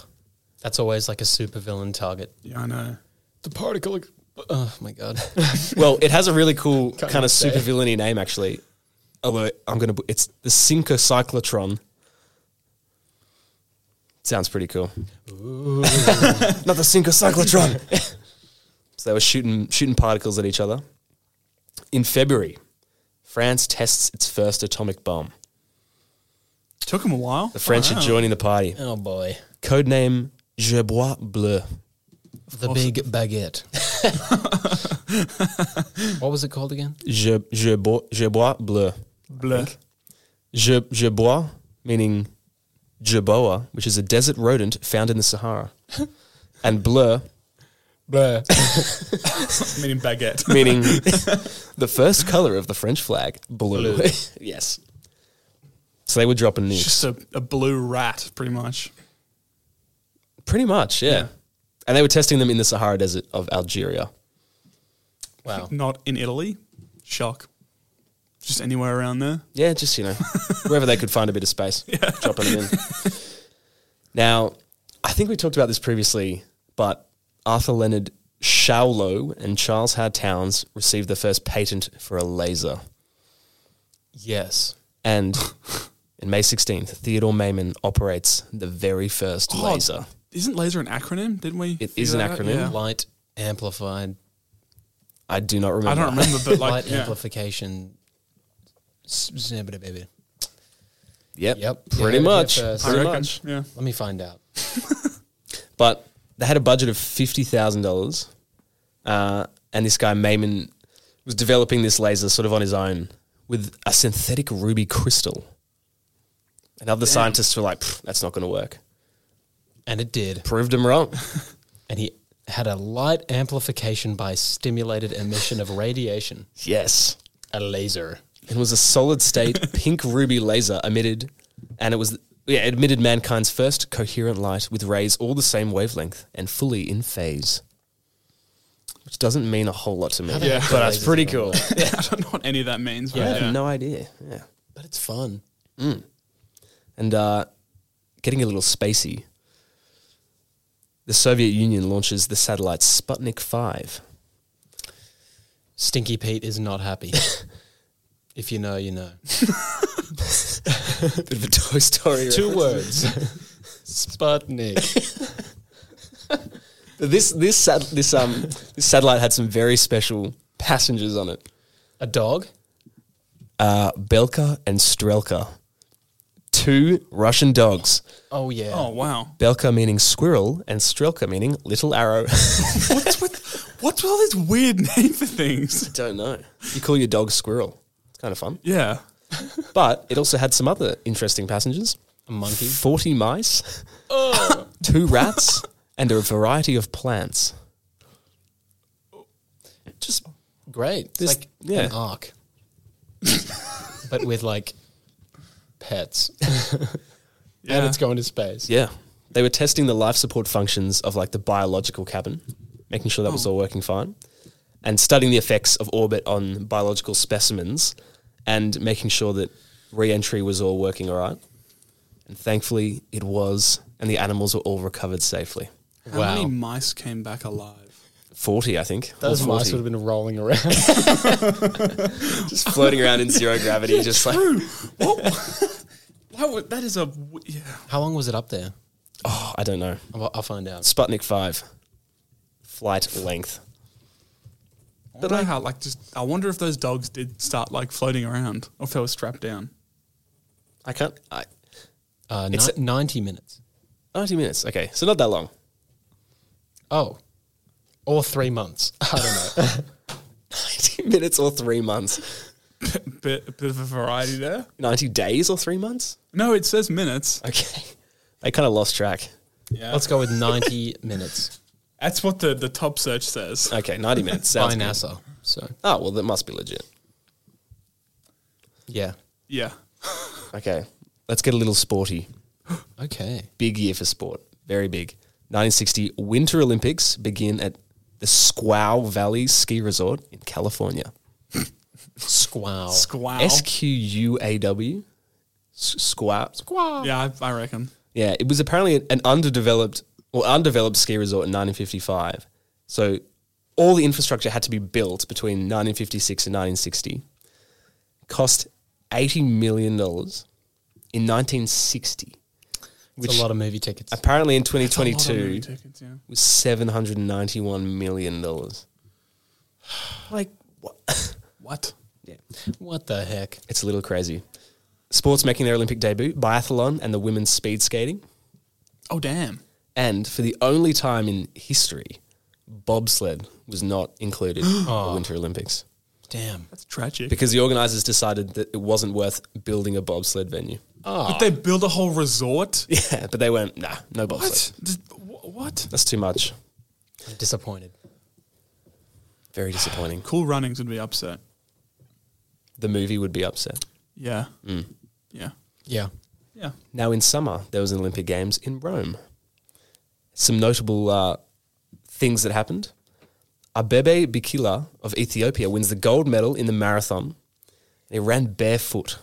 that's always like a supervillain target. Yeah, I know. The particle. uh, Oh my god. well, it has a really cool kind even of say. super villainy name actually. Although I'm gonna, bu- it's the Cinco Cyclotron. Sounds pretty cool. Not the Cinco Cyclotron. so they were shooting shooting particles at each other. In February, France tests its first atomic bomb. Took him a while. The French are Wow. joining the party. oh boy. Codename Gerbois Bleu. The big baguette. what was it called again? Je, Gerbois, Gerbois Bleu. Bleh. Je, jebois, meaning jeboa, which is a desert rodent found in the Sahara, and bleu, Blur. Meaning baguette. meaning the first color of the French flag, blue. Blue. yes. So they were dropping It's nukes, just a, a blue rat, pretty much. pretty much, yeah. Yeah. And they were testing them in the Sahara Desert of Algeria. Oh. Wow. Not in Italy. Shock. Just anywhere around there. Yeah, just you know, wherever they could find a bit of space, dropping them in. Now, I think we talked about this previously, but Arthur Leonard Shaulow and Charles Howard Towns received the first patent for a laser. Yes. And in May 16th, Theodore Maiman operates the very first Oh, laser. Isn't laser an acronym? Didn't we? It figure is an that out? acronym. Yeah. Light amplified. I do not remember. I don't remember, but like, light yeah. amplification. S- s- uh, blah, blah, blah, blah. Yep. Yep. You heard it Pretty here much. first. I Pretty reckon. much. Yeah. Let me find out. But they had a budget of $50,000. Uh, and this guy, Maiman, was developing this laser sort of on his own with a synthetic ruby crystal. And other scientists were like, "Pfft, that's not going to work. And it did. Proved him wrong. And he had a light amplification by stimulated emission of radiation. yes. A laser. It was a solid state pink ruby laser emitted, and it was yeah, it emitted mankind's first coherent light with rays all the same wavelength and fully in phase. Which doesn't mean a whole lot to me. How the heck do lasers even work? I don't know what any of that means, but I yeah. have no idea. Yeah. But it's fun. And uh, getting a little spacey. The Soviet Union launches the satellite Sputnik 5. Stinky Pete is not happy. if you know, you know. Bit of a Toy Story. Two reference. words. Sputnik. This this sat- this um this satellite had some very special passengers on it. A dog? uh, Belka and Strelka, two Russian dogs. Oh yeah. Oh, wow. Belka meaning squirrel and Strelka meaning little arrow. What's with, what's with all this weird name for things? Don't know. You call your dog squirrel. It's kind of fun. Yeah. But it also had some other interesting passengers A monkey. Oh. 40 mice, two rats, and a variety of plants. Just great. It's This- like yeah. an ark. but with like pets. Yeah. And it's going to space. Yeah. They were testing the life support functions of like the biological cabin, making sure that Oh. was all working fine, and studying the effects of orbit on biological specimens and making sure that re entry was all working all right. And thankfully it was, and the animals were all recovered safely. How Wow. many mice came back alive? 40, I think. or Those 40. mice would have been rolling around. just floating around in zero gravity, just like, That, wa- that is a. w- Yeah. How long was it up there? oh, I don't know. I'll, I'll find out. Sputnik 5, flight length. I wonder how, like, just. I wonder if those dogs did start, like, floating around or if they were strapped down. I can't, I, Uh, ni- It's a- 90 minutes. 90 minutes. Okay, so not that long. Oh. Or three months. I don't know. 90 minutes or three months. bit, a bit of a variety there. 90 days or three months? No, it says minutes. Okay. I kind of lost track. Yeah. Let's go with 90 minutes That's what the, the top search says. Okay, 90 minutes. by Sounds good. NASA. So, Oh, well, that must be legit. yeah. Yeah. Okay. Let's get a little sporty. Okay. Big year for sport. Very big. 1960 Winter Olympics begin at the Squaw Valley Ski Resort in California. Squow. Squow. S Q U A W. S- Squaw. Squaw. yeah, I, I reckon. Yeah, it was apparently an underdeveloped or undeveloped ski resort in 1955. So all the infrastructure had to be built between 1956 and 1960. Cost 80 million dollars in 1960. It's a lot of movie tickets. Apparently in A lot of movie 2022 tickets, yeah. was 791 million dollars. Like what? What? yeah. What the heck? It's a little crazy. Sports making their Olympic debut, biathlon and the women's speed skating. Oh, damn. And for the only time in history, bobsled was not included in the Winter Olympics Damn. That's tragic. because the organizers decided that it wasn't worth building a bobsled venue. Oh, But they build a whole resort? Yeah, but they went, nah, no bobsled. What? Just- wh- What? That's too much. I'm disappointed. Very disappointing. Cool Runnings would be upset. the movie would be upset. Yeah. Hmm. Yeah. Yeah. Yeah. Now, in summer, there was an Olympic Games in Rome. Some notable uh, things that happened. Abebe Bikila of Ethiopia wins the gold medal in the marathon. He ran barefoot.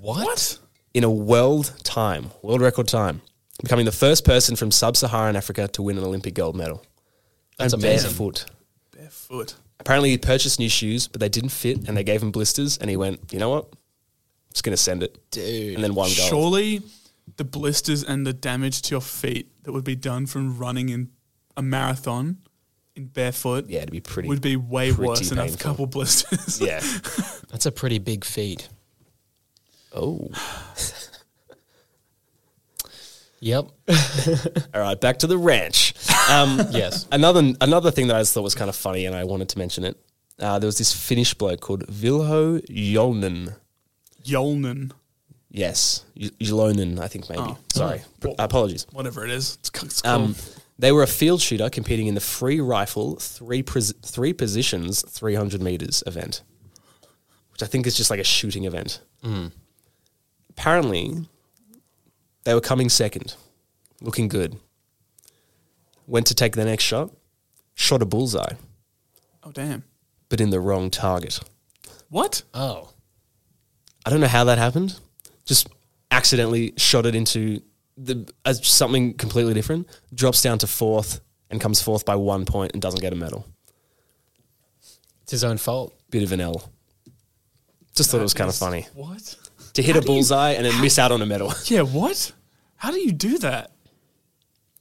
What? in a world time, world record time, becoming the first person from sub-Saharan Africa to win an Olympic gold medal. That's And amazing. Barefoot. Barefoot. Apparently, he purchased new shoes, but they didn't fit, and they gave him blisters. And he went, "You know what? Just gonna send it, dude." And then one goal. Surely the blisters and the damage to your feet that would be done from running in a marathon in barefoot Yeah, it'd be pretty. would be way pretty worse than a painful. couple blisters. Yeah. That's a pretty big feat. oh. Yep. All right, back to the ranch. Um, yes. another another thing that I just thought was kind of funny, and I wanted to mention it. Uh, there was this Finnish bloke called Vilho Jolnen. Yolnan, Yes, J- Jolonen, I think maybe. Oh. Sorry, Oh. apologies. whatever it is. It's, c- it's cool. Um, they were a field shooter competing in the free rifle three pres- three positions three hundred meters event, which I think is just like a shooting event. Apparently, they were coming second, looking good. Went to take the next shot, shot a bullseye, oh, damn. but in the wrong target. What? Oh. I don't know how that happened. Just accidentally shot it into the uh, something completely different. Drops down to fourth and comes fourth by one point and doesn't get a medal. It's his own fault. Bit of an L. Just thought it was kind of funny What? to hit a bullseye and then miss out on a medal. Yeah, what? How do you do that?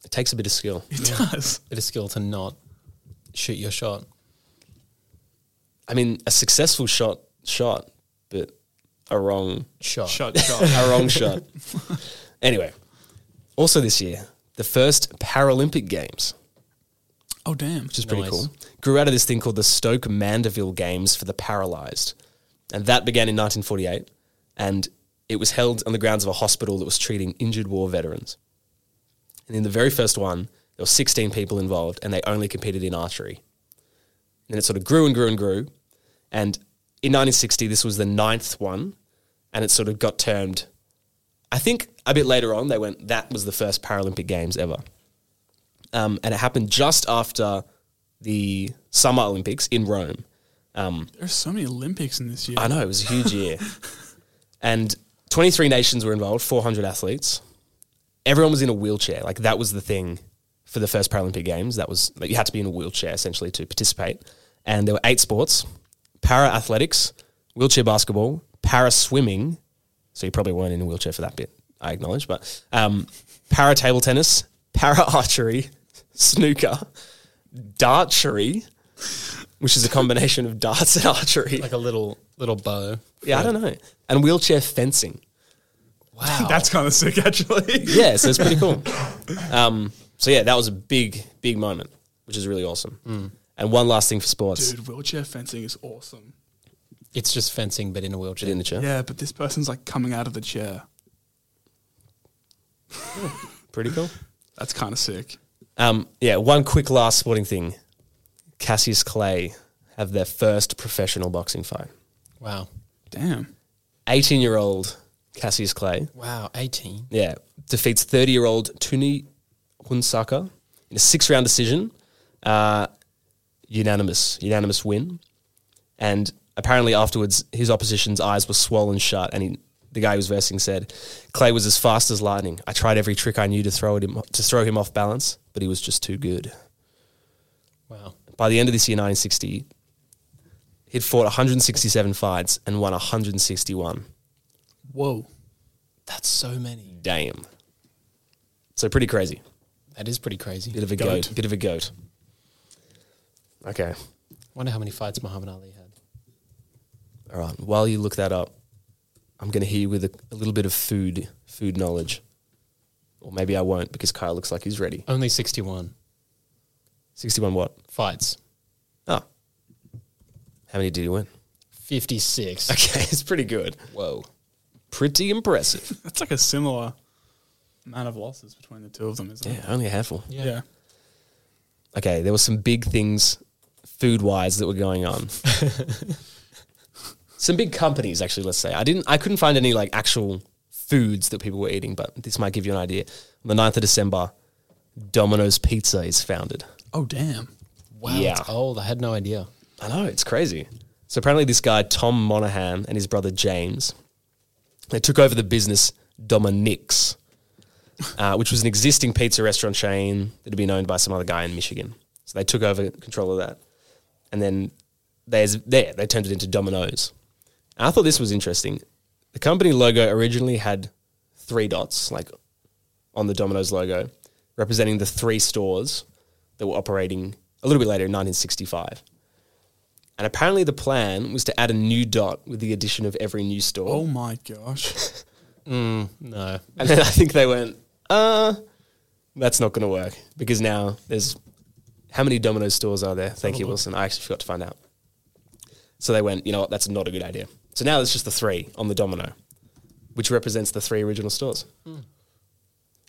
It takes a bit of skill. It does. Bit of skill to not shoot your shot. I mean, a successful shot, shot, but a wrong, Shot. Shut, shut. a wrong shot. Anyway, also this year, the first Paralympic Games. Oh, damn. which is pretty Nice. cool. Grew out of this thing called the Stoke Mandeville Games for the Paralysed. And that began in 1948. And it was held on the grounds of a hospital that was treating injured war veterans. And in the very first one, there were 16 people involved and they only competed in archery. And it sort of grew and grew and grew. And in 1960, this was the ninth one. And it sort of got termed, I think a bit later on, they went, that was the first Paralympic Games ever um, and it happened just after the Summer Olympics in Rome. There's so many Olympics in this year. I know it was a huge year, and 23 nations were involved, 400 athletes. Everyone was in a wheelchair. Like that was the thing for the first Paralympic Games. That was like, you had to be in a wheelchair essentially to participate. And there were eight sports: para athletics, wheelchair basketball, para swimming. So you probably weren't in a wheelchair for that bit. I acknowledge, but um, para table tennis, para archery, snooker, dartchery, which is a combination of darts and archery. Like a little little bow. Yeah, I don't know. And wheelchair fencing. Wow. That's kind of sick, actually. Yeah, so it's pretty cool. Um, so yeah, that was a big, big moment, which is really awesome. And one last thing for sports. Dude, wheelchair fencing is awesome. It's just fencing, but in a Put wheelchair. it in the chair. Yeah, but this person's like coming out of the chair. Pretty cool. That's kind of sick. Um, yeah, one quick last sporting thing. Cassius Clay have their first professional boxing fight. Wow. Damn. 18 year old Cassius Clay, Wow. 18. yeah, defeats 30 year old Tuni Hunsaka in a six round decision. Uh, unanimous, unanimous win. And apparently, afterwards, his opposition's eyes were swollen shut. And he, the guy who was versing said, Clay was as fast as lightning. I tried every trick I knew to throw, at him, to throw him off balance, but he was just too good. Wow. by the end of this year, 1960, he'd fought 167 fights and won 161. Whoa. That's so many. Damn. So pretty crazy. That is pretty crazy. Bit of a goat. Goat. Bit of a goat. Okay. Wonder how many fights Muhammad Ali had. All right. While you look that up, I'm going to hear you with a, a little bit of food, food knowledge. Or maybe I won't because Kyle looks like he's ready. Only 61 61 what? fights. Oh. How many did he win? 56. Okay, it's pretty good. Whoa. Pretty impressive. That's like a similar amount of losses between the two of them, isn't yeah, only a handful. it? Yeah. okay, there were some big things food wise that were going on. some big companies, actually, let's say. I didn't I couldn't find any like actual foods that people were eating, but this might give you an idea. On the 9th of December, Domino's Pizza is founded. Oh, damn. Wow. Yeah. It's old. I had no idea. I know, it's crazy. So apparently this guy, Tom Monahan, and his brother James, they took over the business Dominic's, uh, which was an existing pizza restaurant chain that had been owned by some other guy in Michigan. So they took over control of that. And then there's there, they turned it into Domino's. And I thought this was interesting. The company logo originally had three dots, like on the Domino's logo, representing the three stores that were operating a little bit later in 1965. And apparently, the plan was to add a new dot with the addition of every new store. Oh, my gosh. Mm. No. And then I think they went, uh, that's not going to work because now there's how many Domino's stores are there? Thank you, Wilson. I actually forgot to find out. So they went, you know what, that's not a good idea. So now there's just the three on the domino, which represents the three original stores. Hmm.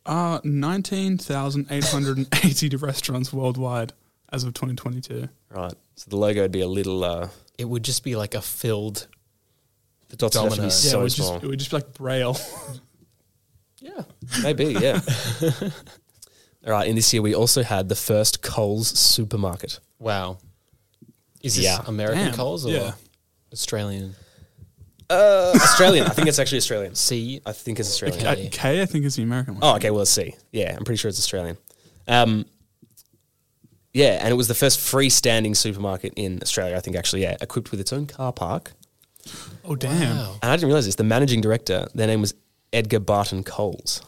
Uh, 19,880 restaurants worldwide as of 2022. Right. So the logo would be a little, uh, It would just be like a filled. the dots would have to be Domino's. Yeah, it so would, small. just, it would just be like Braille. Yeah, maybe. Yeah. All right. In this year, we also had the first Coles supermarket. Wow. Is this Yeah. American Damn. Coles or Yeah. Australian? Uh, Australian. I think it's actually Australian. C. I think it's Australian. Okay. K, K, I think, is the American one. Oh, okay. Well, let's see. Yeah, I'm pretty sure it's Australian. Um, yeah, and it was the first freestanding supermarket in Australia, I think, actually, yeah, equipped with its own car park. Oh, damn. Wow. And I didn't realize this. The managing director, their name was Edgar Barton Coles.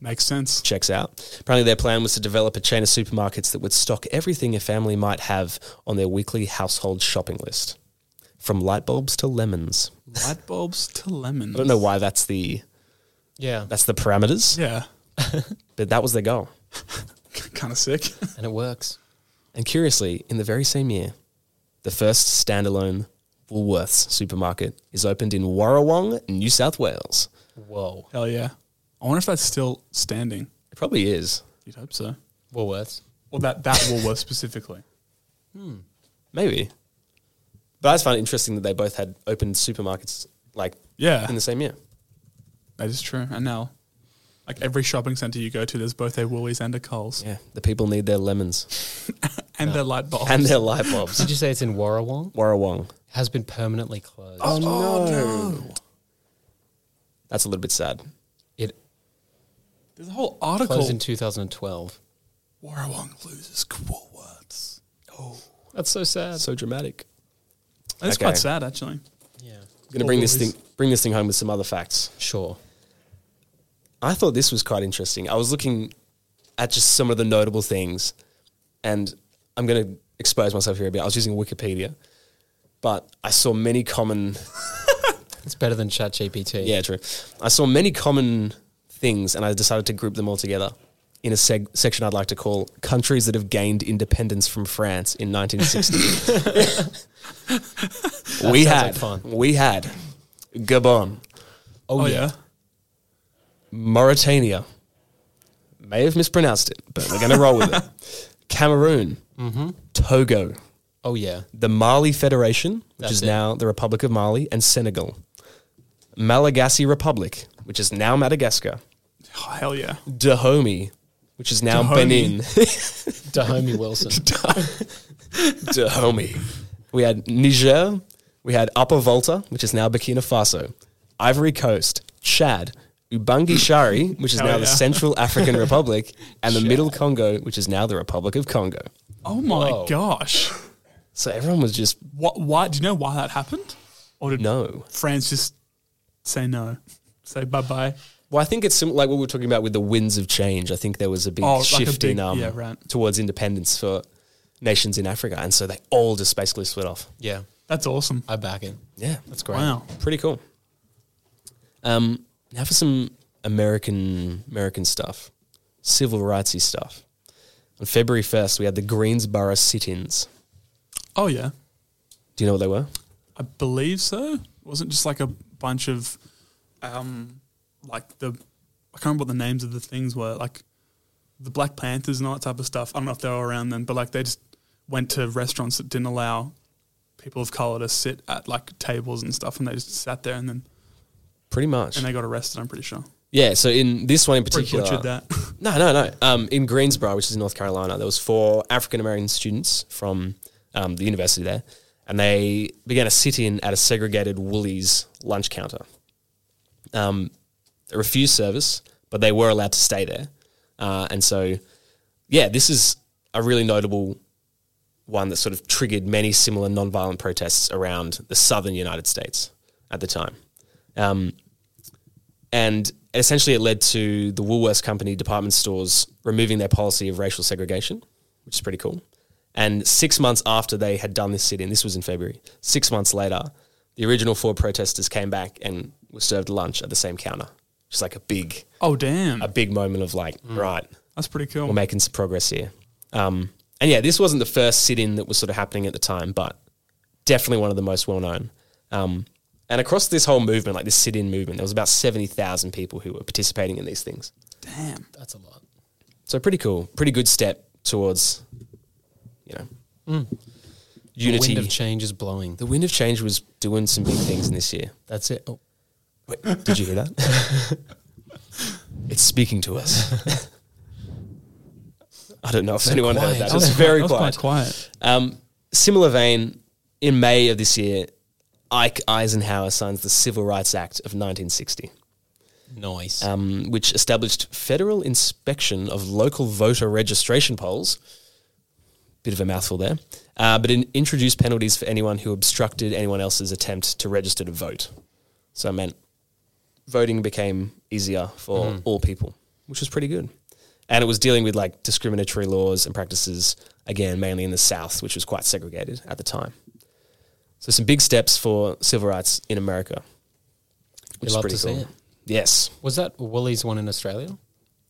Makes sense. Checks out. Apparently, their plan was to develop a chain of supermarkets that would stock everything a family might have on their weekly household shopping list, from light bulbs to lemons. Light bulbs to lemons. I don't know why that's the Yeah. that's the parameters, Yeah. but that was their goal. kind of sick. And it works. And curiously, in the very same year, the first standalone Woolworths supermarket is opened in Warrawong, New South Wales. Whoa. Hell yeah. I wonder if that's still standing. It probably is. You'd hope so. Woolworths. Or that, that Woolworth specifically. Maybe. But I just found it interesting that they both had opened supermarkets like Yeah. in the same year. That is true. And now, like every shopping center you go to, there's both a Woolies and a Coles Yeah. The people need their lemons and their light bulbs. and their light bulbs. Did you say it's in Warrawong? Warrawong. Has been permanently closed. no. That's a little bit sad. It there's a whole article. closed in 2012. Warrawong loses Woolworths. Oh. That's so sad. So dramatic. That's Okay. quite sad, actually. yeah. I'm gonna bring this Woolies. thing bring this thing home with some other facts. Sure. I thought this was quite interesting. I was looking at just some of the notable things, and I'm going to expose myself here a bit. I was using Wikipedia, but I saw many common. It's better than ChatGPT. Yeah, true. I saw many common things, and I decided to group them all together. in a seg- section I'd like to call Countries That Have Gained Independence from France in 1960. we sounds had, like fun. we had Gabon, Oh, yeah. Mauritania. May have mispronounced it, but we're going to roll with it. Cameroon, Mm-hmm. Togo, Oh yeah. the Mali Federation, which That's is it. now the Republic of Mali, and Senegal. Malagasy Republic, which is now Madagascar. Oh, hell yeah. Dahomey, which is now Dahomey. Benin. Dahomey Wilson. Dahomey. We had Niger. We had Upper Volta, which is now Burkina Faso. Ivory Coast, Chad, Ubangi Shari, which is Hell now the yeah. Central African Republic, and the Middle Congo, which is now the Republic of Congo. Oh my Whoa. gosh. So everyone was just What, why? Do you know why that happened? Or did no. France just say no? Say bye bye? Well, I think it's sim- like what we were talking about with the winds of change. I think there was a big Oh, like a shift in big- um, yeah, right. towards independence for nations in Africa, and so they all just basically split off. yeah. That's awesome. I back it. Yeah, That's great. Wow. pretty cool. Um, now for some American American stuff, civil rightsy stuff. On February first, we had the Greensboro sit-ins. Oh, yeah. Do you know what they were? I believe so. Wasn't just like a bunch of, um, like the, I can't remember what the names of the things were, like the Black Panthers and all that type of stuff. I don't know if they were around then, but like they just went to restaurants that didn't allow people of color to sit at like tables and stuff, and they just sat there and then Pretty much. and they got arrested. I'm pretty sure. yeah. So in this one in Pretty particular, butchered that. No, no, no. Um, in Greensboro, which is North Carolina, there was four African American students from um, the university there, and they began a sit-in at a segregated Woolies lunch counter. Um, they refused service, but they were allowed to stay there, uh, and so yeah, this is a really notable one that sort of triggered many similar nonviolent protests around the southern United States at the time. Um, and essentially, it led to the Woolworths Company department stores removing their policy of racial segregation, which is pretty cool. And six months after they had done this sit in, this was in February, six months later, the original four protesters came back and were served lunch at the same counter. Just like a big, oh damn, a big moment of like, right, that's pretty cool. we're making some progress here. Um, and yeah, this wasn't the first sit-in that was sort of happening at the time, but definitely one of the most well-known. Um, and across this whole movement, like this sit-in movement, there was about seventy thousand people who were participating in these things. damn, That's a lot. So pretty cool, pretty good step towards, you know, unity. The wind of change is blowing. the wind of change was doing some big things in this year. That's it. Oh, Wait, did you hear that? it's speaking to us. I don't know if anyone heard quiet. that. That was It's very that was quiet. quite quiet. Um, similar vein, in May of this year, Ike Eisenhower signs the Civil Rights Act of 1960, nice. um, which established federal inspection of local voter registration polls. Bit of a mouthful there, uh, but in, introduced penalties for anyone who obstructed anyone else's attempt to register to vote. So it meant voting became easier for Mm-hmm. all people, which was pretty good. And it was dealing with like discriminatory laws and practices, again, mainly in the South, which was quite segregated at the time. So some big steps for civil rights in America, We'd which is love pretty to see cool. it. Yes. was that Woolies one in Australia?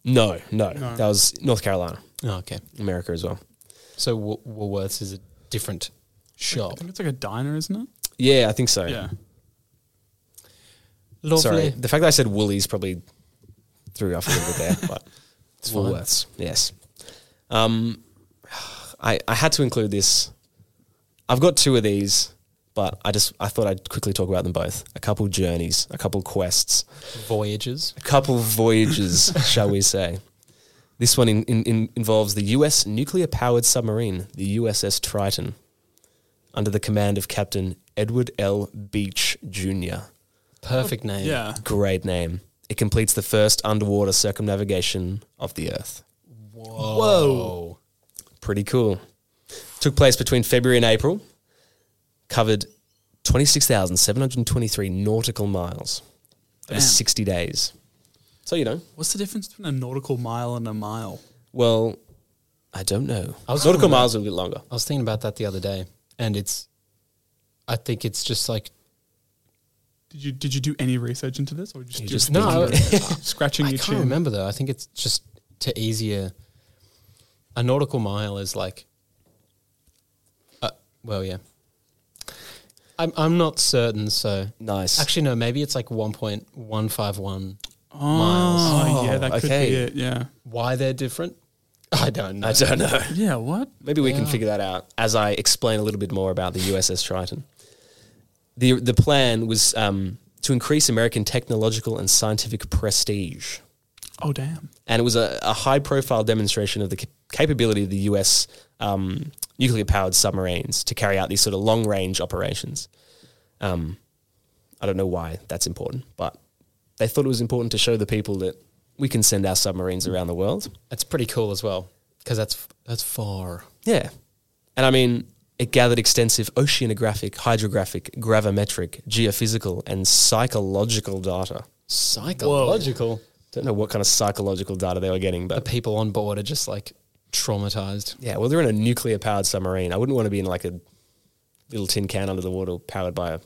No, no, No. That was North Carolina, Oh, okay. America as well. So Wo- Woolworths is a different I shop. think it's like a diner, isn't it? Yeah, I think so. Yeah. Sorry. Lovely. The fact that I said Woolies probably threw you off a little bit there, but it's fine. Woolworths. Yes. Um, I, I had to include this. I've got two of these, but I just I thought I'd quickly talk about them both. A couple journeys, a couple quests, Voyages. a couple voyages, shall we say. This one in, in, in involves the US nuclear powered submarine, the USS Triton, under the command of Captain Edward L. Beach Jr. Perfect name. Yeah. Great name. It completes the first underwater circumnavigation of the Earth. Whoa. Pretty cool. Took place between February and April. Covered 26,723 nautical miles over Damn. 60 days. So, you know, What's the difference between a nautical mile and a mile? well, I don't know. I was nautical wondering- miles are a bit longer. I was thinking about that the other day, and it's. I think it's just like Did you did you do any research into this, or just, You just, just just no. I, scratching I your can't chin? remember though. I think it's just to easier. A nautical mile is like, uh, well, yeah. I'm I'm not certain. So Nice. actually, no. Maybe it's like one point one five one. Oh, Miles. yeah, that could Okay. be it. Yeah. Why they're different? I don't know. I don't know. Yeah, what? Maybe we can Yeah. figure that out as I explain a little bit more about the USS Triton. The, the plan was um, to increase American technological and scientific prestige. Oh, damn. And it was a, a high profile demonstration of the cap- capability of the US um, nuclear powered submarines to carry out these sort of long range operations. Um, I don't know why that's important, but they thought it was important to show the people that we can send our submarines around the world. That's pretty cool as well because that's that's far. Yeah. And I mean, it gathered extensive oceanographic, hydrographic, gravimetric, geophysical, and psychological data. Psychological. Don't know what kind of psychological data they were getting, The but people on board are just like traumatized. yeah, well, they're in a nuclear powered submarine. I wouldn't want to be in like a little tin can under the water powered by a.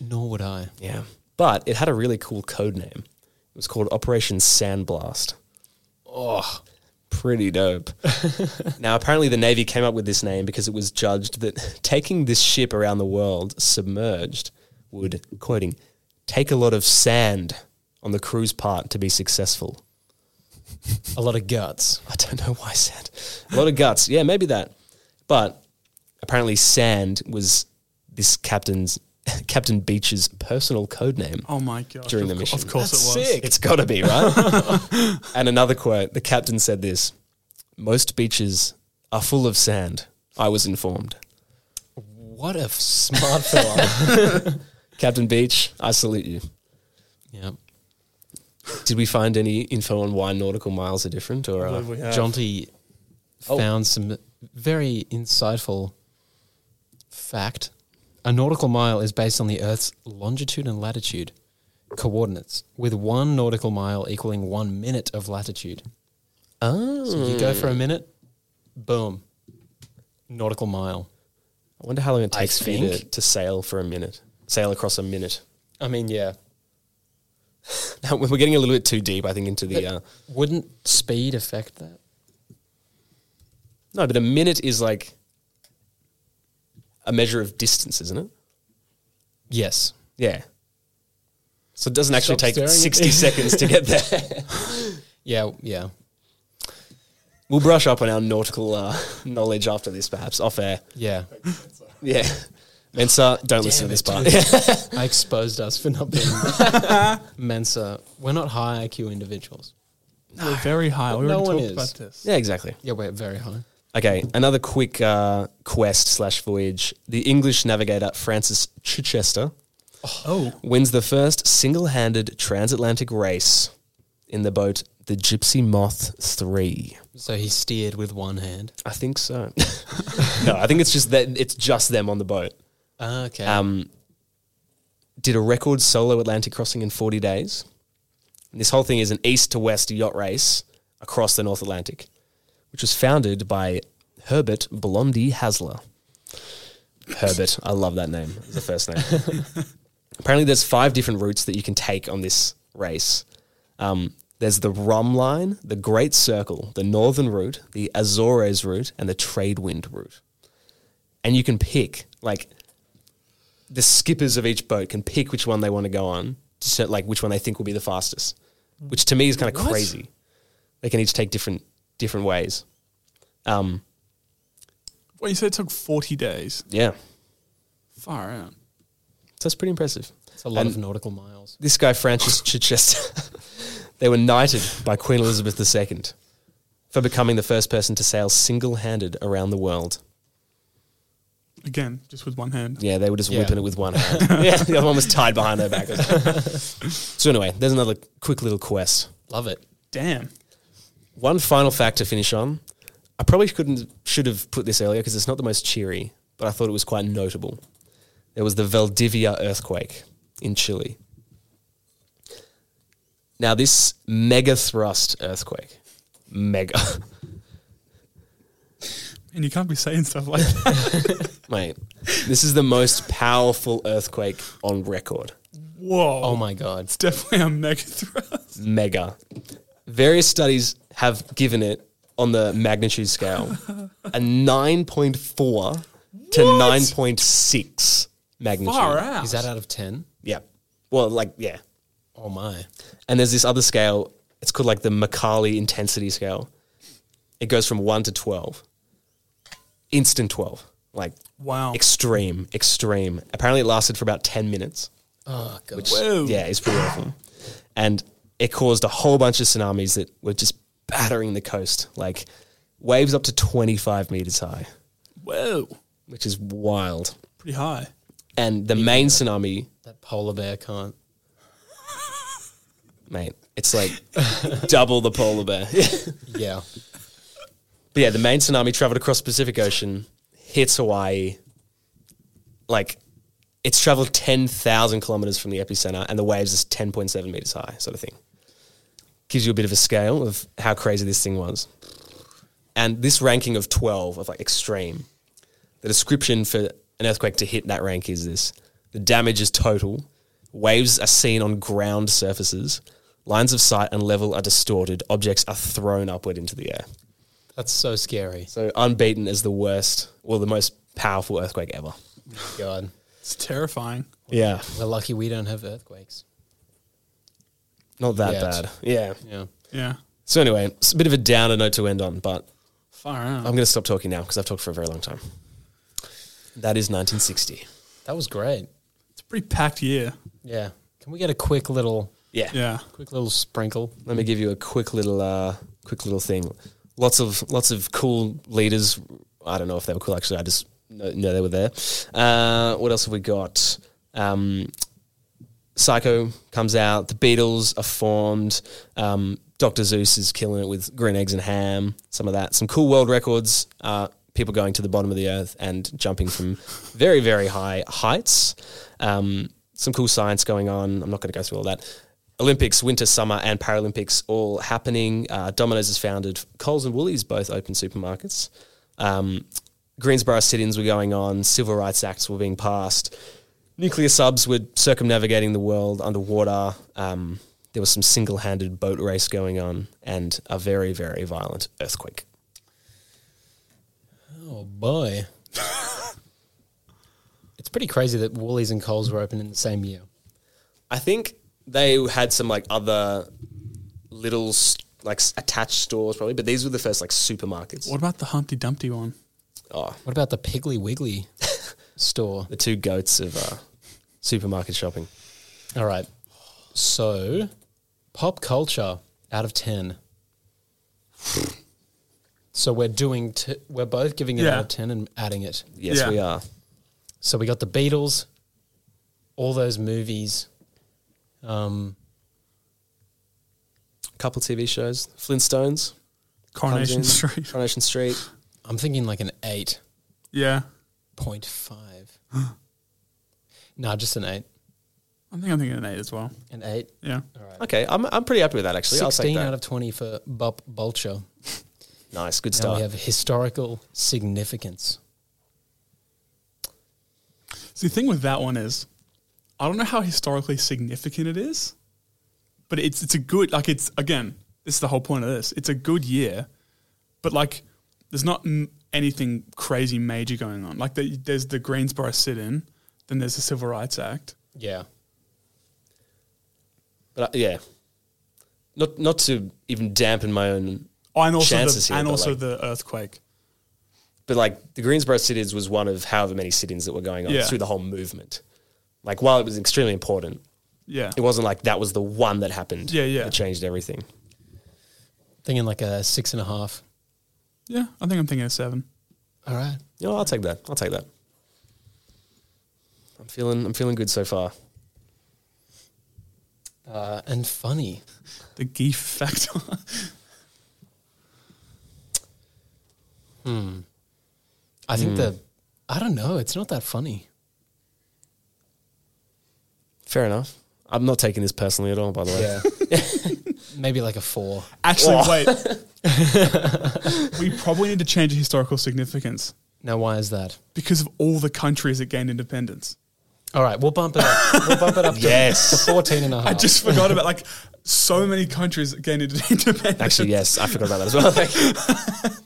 Nor would I. Yeah. But it had a really cool code name. It was called Operation Sandblast. Oh, Pretty dope. now, apparently, the Navy came up with this name because it was judged that taking this ship around the world submerged would, quoting, take a lot of sand on the crew's part to be successful. a lot of guts. I don't know why sand. A lot of guts. Yeah, maybe that. But apparently, sand was this captain's, Captain Beach's personal code name. Oh, my God. During the of, cou- mission. Of course That's it was. sick. It's got to be, right? and another quote the captain said this Most beaches are full of sand, I was informed. What a f- smart fella. Captain Beach, I salute you. yeah. Did we find any info on why nautical miles are different? Or I uh, believe we have. Jonty Oh. found some very insightful fact. A nautical mile is based on the Earth's longitude and latitude coordinates, with one nautical mile equaling one minute of latitude. oh, So you go for a minute, boom, nautical mile. I wonder how long it I takes for you to, think- to sail for a minute, sail across a minute. I mean, yeah. Now, we're getting a little bit too deep, I think, into the. Uh, Wouldn't speed affect that? no, but a minute is like a measure of distance, isn't it? Yes. Yeah. So it doesn't actually take Stop staring at 60 me. seconds to get there. Yeah, yeah. We'll brush up on our nautical uh, knowledge after this, perhaps off air. Yeah. Yeah, Mensa, don't listen to this part. I exposed us for not being Mensa. We're not high IQ individuals. We're very high. But we no already one talked is. about this. yeah, exactly. Yeah, we're very high. Okay, another quick uh, quest slash voyage. The English navigator Francis Chichester Oh, wins the first single-handed transatlantic race in the boat the Gypsy Moth Three. So he steered with one hand. I think so. no, I think it's just that it's just them on the boat. Ah, okay. um, did a record solo Atlantic crossing in 40 days. And this whole thing is an east to west yacht race across the North Atlantic, which was founded by Herbert Blondie Hasler. Herbert, I love that name. It's the first name. Apparently, there's five different routes that you can take on this race. Um, there's the Rum Line, the Great Circle, the Northern Route, the Azores Route, and the Trade Wind Route. And you can pick like the skippers of each boat can pick which one they want to go on, to set, like which one they think will be the fastest. Which to me is kind of crazy. They can each take different different ways. Um, well, you said it took 40 days. yeah, so Far out. that's pretty impressive. it's a lot and- of nautical miles. This guy Francis Chichester, they were knighted by Queen Elizabeth II for becoming the first person to sail single-handed around the world. Again, just with one hand. Yeah, they were just Yeah. whipping it with one hand. yeah, the other one was tied behind her back. so anyway, there's another quick little quest. Love it. Damn. One final fact to finish on. I probably couldn't should have put this earlier because it's not the most cheery, but I thought it was quite notable. There was the Valdivia earthquake in Chile. Now this mega thrust earthquake, mega, And you can't be saying stuff like that. mate, this is the most powerful earthquake on record. Whoa. Oh my god. It's definitely a mega thrust. Mega. Various studies have given it on the magnitude scale a 9.4 to 9.6 magnitude. Far out. Is that out of 10? Yeah. Well, like, yeah. Oh my. And there's this other scale. It's called like the Macaulay intensity scale. It goes from 1 to 12. Instant 12. Like wow? extreme, extreme. Apparently it lasted for about 10 minutes. Oh, God. Which Whoa. yeah, is pretty awful. And it caused a whole bunch of tsunamis that were just battering the coast. Like waves up to 25 meters high, Whoa, which is wild. pretty high. And the main tsunami that polar bear can't. mate. It's like double the polar bear. but Yeah. yeah, the main tsunami traveled across the Pacific Ocean, hits Hawaii. Like, it's traveled 10,000 kilometers from the epicenter, and the waves is 10.7 meters high, sort of thing. Gives you a bit of a scale of how crazy this thing was. And this ranking of 12, of like extreme, the description for an earthquake to hit that rank is this the damage is total, waves are seen on ground surfaces, lines of sight and level are distorted, objects are thrown upward into the air. That's so scary. So, unbeaten as the worst, well, the most powerful earthquake ever. God. It's terrifying. Yeah. We're lucky we don't have earthquakes. Not that Yeah, it's- bad. Yeah. Yeah. Yeah, So, anyway, it's a bit of a downer note to end on, but far out. Um, I'm going to stop talking now because I've talked for a very long time. That is 1960. That was great. it's a pretty packed year. Yeah. Can we get a quick little Yeah. Yeah, quick little sprinkle? Let me give you a quick little uh, quick little thing. Lots of lots of cool leaders. I don't know if they were cool actually. I just know, know they were there. Uh, what else have we got? Um, Psycho comes out. The Beatles are formed. Um, Doctor Zeus is killing it with green eggs and ham. Some of that. Some cool world records. Uh, people going to the bottom of the earth and jumping from very very high heights. Um, some cool science going on. I'm not going to go through all that. Olympics, winter, summer, and Paralympics all happening. Uh, Domino's is founded. Coles and Woolies both open supermarkets. Um, Greensboro sit-ins were going on. Civil rights acts were being passed. Nuclear subs were circumnavigating the world underwater. Um, there was some single-handed boat race going on, and a very, very violent earthquake. Oh boy. it's pretty crazy that Woolies and Coles were open in the same year. I think they had some like other little s- like s- attached stores probably, but these were the first like supermarkets. what about the Humpty Dumpty one? Oh, What about the Piggly Wiggly store? the two goats of uh, supermarket shopping. All right. So, pop culture out of 10. So we're doing t- we're both giving it Yeah. out of 10 and adding it. Yes, Yeah. we are. So we got the Beatles, all those movies. Um, couple TV shows, Flintstones, Coronation comes in, Street. Coronation Street. I'm thinking like an 8.5. Yeah, no, just an 8. I think I'm thinking an eight as well. An 8. Yeah, All right. Okay, I'm I'm pretty happy with that actually. I'll take 16 that. out of 20 for Bop Vulture. nice, good Now we start. have historical significance. So the thing with that one is, I don't know how historically significant it is, but it's it's a good like it's again this is the whole point of this. It's a good year, but like there's not m- anything crazy major going on. Like the, there's the Greensboro sit-in, then there's the Civil Rights Act. Yeah. But uh, yeah, not not to even dampen my own, Oh, and also Chances the, here, and but, also like- the earthquake. but like the Greensboro sit-ins was one of however many sit-ins that were going on Yeah. through the whole movement. Like while it was extremely important, Yeah, it wasn't like that was the one that happened. Yeah, yeah. that changed everything. Thinking like a six and a half. yeah. I think I'm thinking a seven. All right. No, I'll take that. I'll take that. I'm feeling I'm feeling good so far. Uh, and funny. The geef factor. I Hmm. think the, I don't know, it's not that funny. Fair enough. I'm not taking this personally at all. By the way, Maybe like a four. Actually, wait. we probably need to change the historical significance Now, why is that? because of all the countries that gained independence. All right, we'll bump it up. We'll bump it up to, Yes. to 14 and a half. I just forgot about like so many countries that gained independence. Actually, yes, I forgot about that as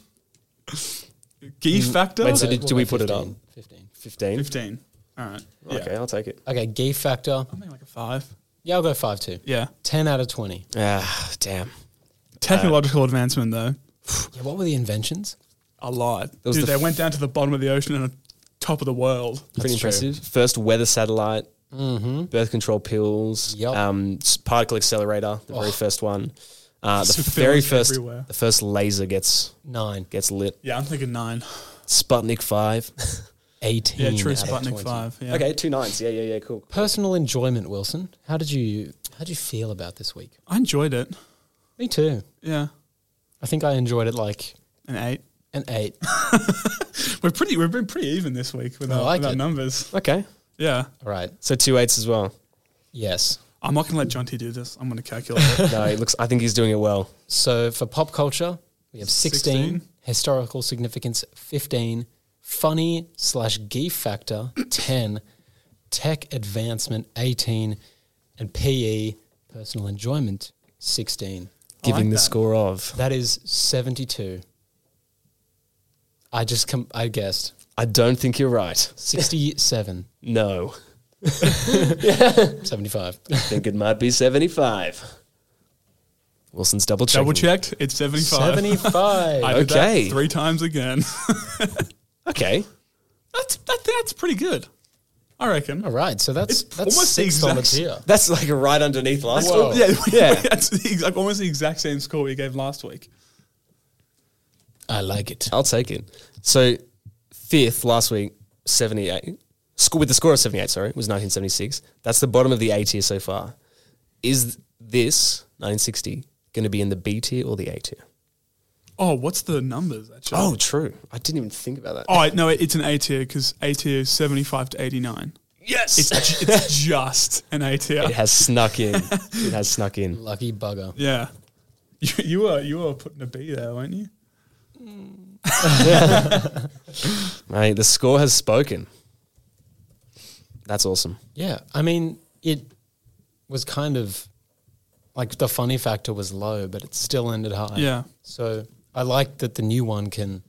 well. Key factor? Mm, Wait, so Okay, did- we'll do we go put it 15, on? 15. 15. 15. All right. Yeah. Okay, I'll take it. Okay, G factor. I think like a five. Yeah, I'll go 5 2. Yeah. 10 out of 20. Ah, damn. Technological advancement, though, Yeah, what were the inventions? a lot. was Dude, the they f- went down to the bottom of the ocean and the top of the world. Pretty That's true. impressive. First weather satellite, Mm-hmm. birth control pills, Yup. um, s- particle accelerator, the very first one. Uh, the Surveillance very first, everywhere. the first laser gets Nine. gets lit. Yeah, I'm thinking nine. Hmm. Sputnik five. 18. Yeah, true. out of Sputnik 20. five. Yeah. Okay, two nines. Yeah, yeah, yeah. Cool. Personal enjoyment, Wilson. How did you how did you feel about this week? I enjoyed it. Me too. Yeah, I think I enjoyed it like an eight. an eight. We're pretty. We've been pretty even this week with, I our, like with our it. numbers. Okay, Yeah. All right. so two eights as well. Yes. I'm not gonna let Jonty do this. I'm gonna calculate. it. No, it looks. I think he's doing it well. So for pop culture, we have 16, 16. historical significance 15, funny slash gee factor 10, tech advancement 18, and PE personal enjoyment 16. I like Giving the that. score of. That is 72. I just com- I guessed I don't think you're right. 67, No, 75. I think it might be seventy-five. Wilson's double checking. Double checked. It's seventy-five. 75. I did that Okay. three times again. Okay. that's that, that's pretty good. I reckon. All right, so that's It's that's almost the six on the exact- tier. That's like right underneath last Whoa. one. Yeah, Yeah. that's the exact, almost the exact same score we gave last week. I like it. I'll take it. So fifth last week, seventy eight. Score with the score of seventy eight, sorry, was nineteen seventy six. That's the bottom of the A tier so far. Is this nineteen sixty gonna be in the B tier or the A tier? Oh, what's the numbers actually? Oh true. I didn't even think about that. All right, no, it- it's an A tier because A tier is 75 to 89. yes. It's, ju- it's just an A tier. it has snuck in. It has snuck in. Lucky bugger. Yeah. You, you were you were putting a B there, weren't you? Mate, the score has spoken. That's awesome. Yeah, I mean, it was kind of like the funny factor was low, but it still ended high. Yeah. So I like that the new one can.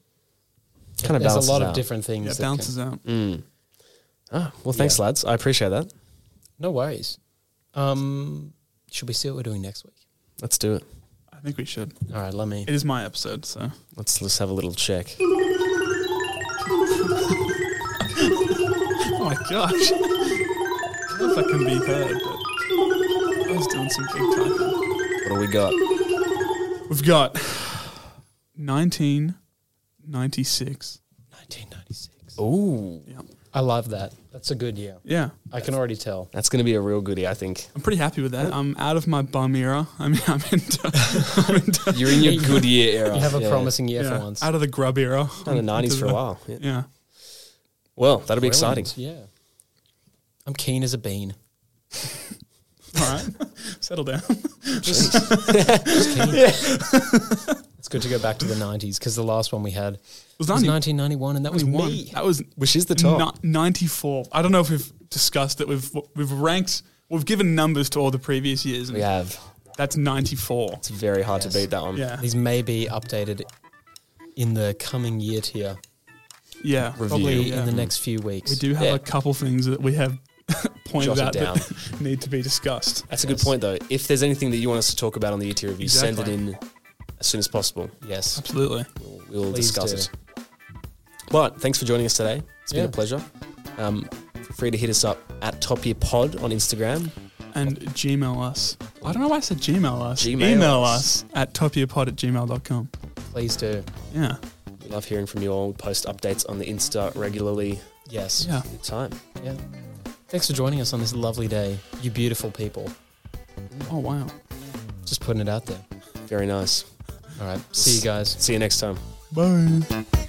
Kinda there's balances a lot out. of different things. Yeah, that it bounces can- out. Mm. Oh, well thanks lads. I appreciate that. No worries. Um, should we see what we're doing next week? Let's do it. I think we should. All right, let me. It is my episode, so Let's let's have a little check. Oh my gosh. I don't know if that can be heard, but I was doing some big typing. What do we got? We've got 1996. 1996. Ooh. Yeah. I love that. That's a good year. Yeah. I can already tell. That's gonna be a real goodie, I think. I'm pretty happy with that. I'm out of my bum era. I mean, I'm uh, into, I'm into You're in your good year era. You have a Yeah. promising year yeah, for once. out of the grub era. Kind of nineties for a Into the- while. Yeah. Yeah. Well, that'll be Brilliant. exciting. Yeah. I'm keen as a bean. All right. Settle down. It's good to go back to the 90s because the last one we had was It was 90 1991, and that was 91. me. That was Which is the top. ni- 94. I don't know if we've discussed it. We've we've ranked we've given numbers to all the previous years and We have. Um, that's 94. It's very hard Yes. to beat that one. Yeah. These may be updated in the coming year tier, Yeah. Review. Probably yeah. in the next few weeks. We do have Yeah. a couple things that we have pointed Jotted out that need to be discussed. That's a good Yes. point though. If there's anything that you want us to talk about on the ET review, send it Exactly. in as soon as possible. Yes. Absolutely. We'll, we'll Please discuss do. it. But thanks for joining us today. It's been Yeah. a pleasure. Um, feel free to hit us up at Top Year Pod on Instagram. And Gmail us. I don't know why I said Gmail us. Gmail Email us. us at topierpod at gmail.com. Please do. Yeah. We love hearing from you all. We post updates on the Insta regularly. Yes. Yeah. Good time. Yeah. Thanks for joining us on this lovely day, you beautiful people. Oh, wow. Just putting it out there. Very nice. All right. See you guys. See you next time. Bye.